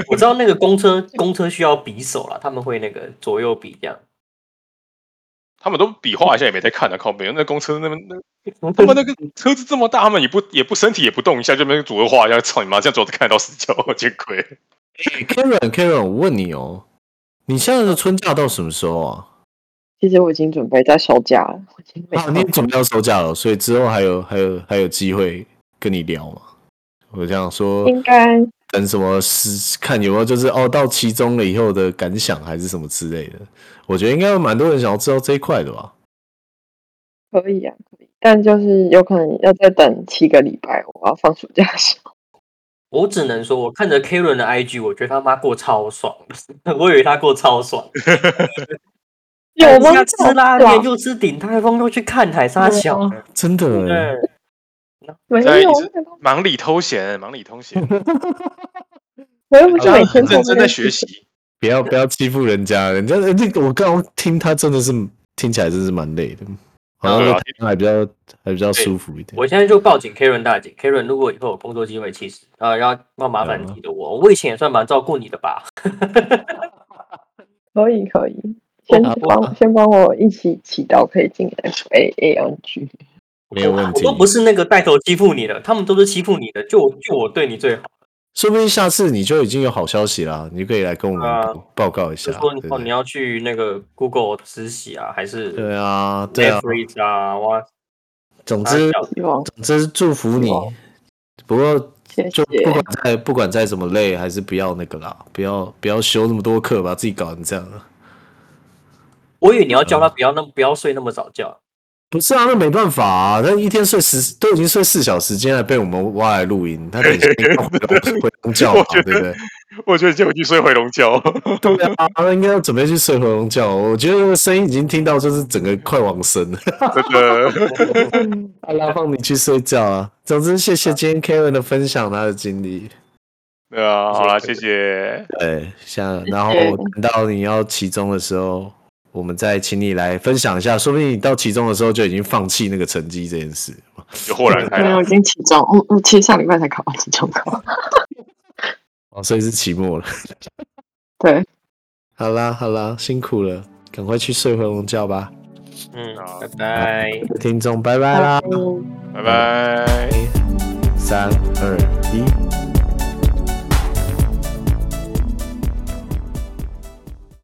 A: 我知道那个公车，公车需要比手啦，他们会那个左右比这样。
B: 他们都比划一下也没在看的、啊靠边。那公车那边那他们那个车子这么大，他们也不也不身体也不动一下，就那边左右画一下，操你妈！这样左看得到死角， 我见鬼！
C: Karen Karen，我问你哦，你现
A: 嗯
C: 在的春假到什么时候啊？
E: 其实我已经准备在收假了，我已经没
A: 哦
C: 啊，你
E: 空
C: 准备要收假了，所以之后还有还有还有机会跟你聊嘛？我这样说，
E: 应该
C: 等什么是看有没有就是哦，到期中了以后的感想还是什么之类的。我觉得应该有蛮多人想要知道这一块的吧。
E: 可以啊，可以，但就是有可能要再等七个礼拜，我要放暑假的时候。
A: 我只能说，我看着 Karen 的 IG，我觉得他妈过超爽的， 我以为他过超爽。
E: 有
A: 人
E: 吗
A: 家？哎吃拉
E: 啊
A: 面又吃鼎泰丰，又去看海沙小，
C: 啊真的
A: 对
C: 欸，
E: 没
B: 在
E: 有啊
B: 一直，
E: 那个
B: 忙里偷闲，忙里偷闲，
E: 我又不是
B: 大
E: 每
B: 家
E: 天
B: 很
E: 做
B: 认
E: 这
B: 真
E: 件
B: 在学
E: 事情。
B: 习。
C: 不要不要欺负人家，人家人家我刚刚听他真的是听起来真是蛮累的，好像
B: 对啊
C: 在台湾还比较还比较舒服一点。
A: 我现在就报警 Karen 大姐，Karen，如果以后有工作机会，其实呃要要麻烦你的
C: 嗯
A: 我，我以前也算蛮照顾你的吧。
E: 可以可以，先
C: 我
E: 帮先帮我一起祈祷可以进 F A A N G。
C: 没有问
A: 我
C: 题
A: 都不是那个带头欺负你的，他们都是欺负你的，就我就我对你最好。
C: 说不定下次你就已经有好消息啦，你就可以来跟我们
A: 啊
C: 报报告一下
A: 就。说你
C: 对不
A: 哦，
C: 对
A: 你要去那个 Google 实习啊，还是
C: 对啊，对啊，
A: Netflix 啊？哇，
C: 总
A: 傻
C: 之
A: 啊笑
E: 希望
C: 总之祝福你
E: 希望。
C: 不过
E: 谢
C: 就
E: 谢。
C: 不管再不管再怎么累，还是不要那个啦，不要不要修那么多课，把自己搞成这样了。
A: 我以为你要教
C: 嗯
A: 他不要那么不要睡那么早觉。
C: 不是啊，那没办法啊，他一天睡十都已经睡四小时，今天还被我们挖来录音，他等一下应该回回 公觉嘛，
B: 我觉
C: 对
B: 得
C: 不对？
B: 我觉得结果去睡回笼觉，
C: 对啊，他应该要准备去睡回笼觉。我觉得那个声音已经听到，就是整个快往生了。
B: 真的。
E: 嗯
C: 阿拉放你去睡觉啊！总之，谢谢今天 Karen 的分享，他的经历。
B: 对啊，好啦，谢谢。
C: 对，像然后
E: 谢
C: 等到你要期中的时候，我们再请你来分享一下，说不定你到期中的时候就已经放弃那个成绩这件事。
B: 就豁然开
E: 没有，
B: 朗。
E: 已经期中，嗯嗯，其实上礼拜才考完期中考。
C: 哦，所以是期末了。
E: 对，
C: 好啦，好啦，辛苦了，赶快去睡回笼觉吧，
A: 嗯
C: 啊
B: 好，
A: 拜拜。
C: 各位
A: 嗯
C: 听众，拜拜啦！
E: 嗯
B: 拜拜。
C: 三二一。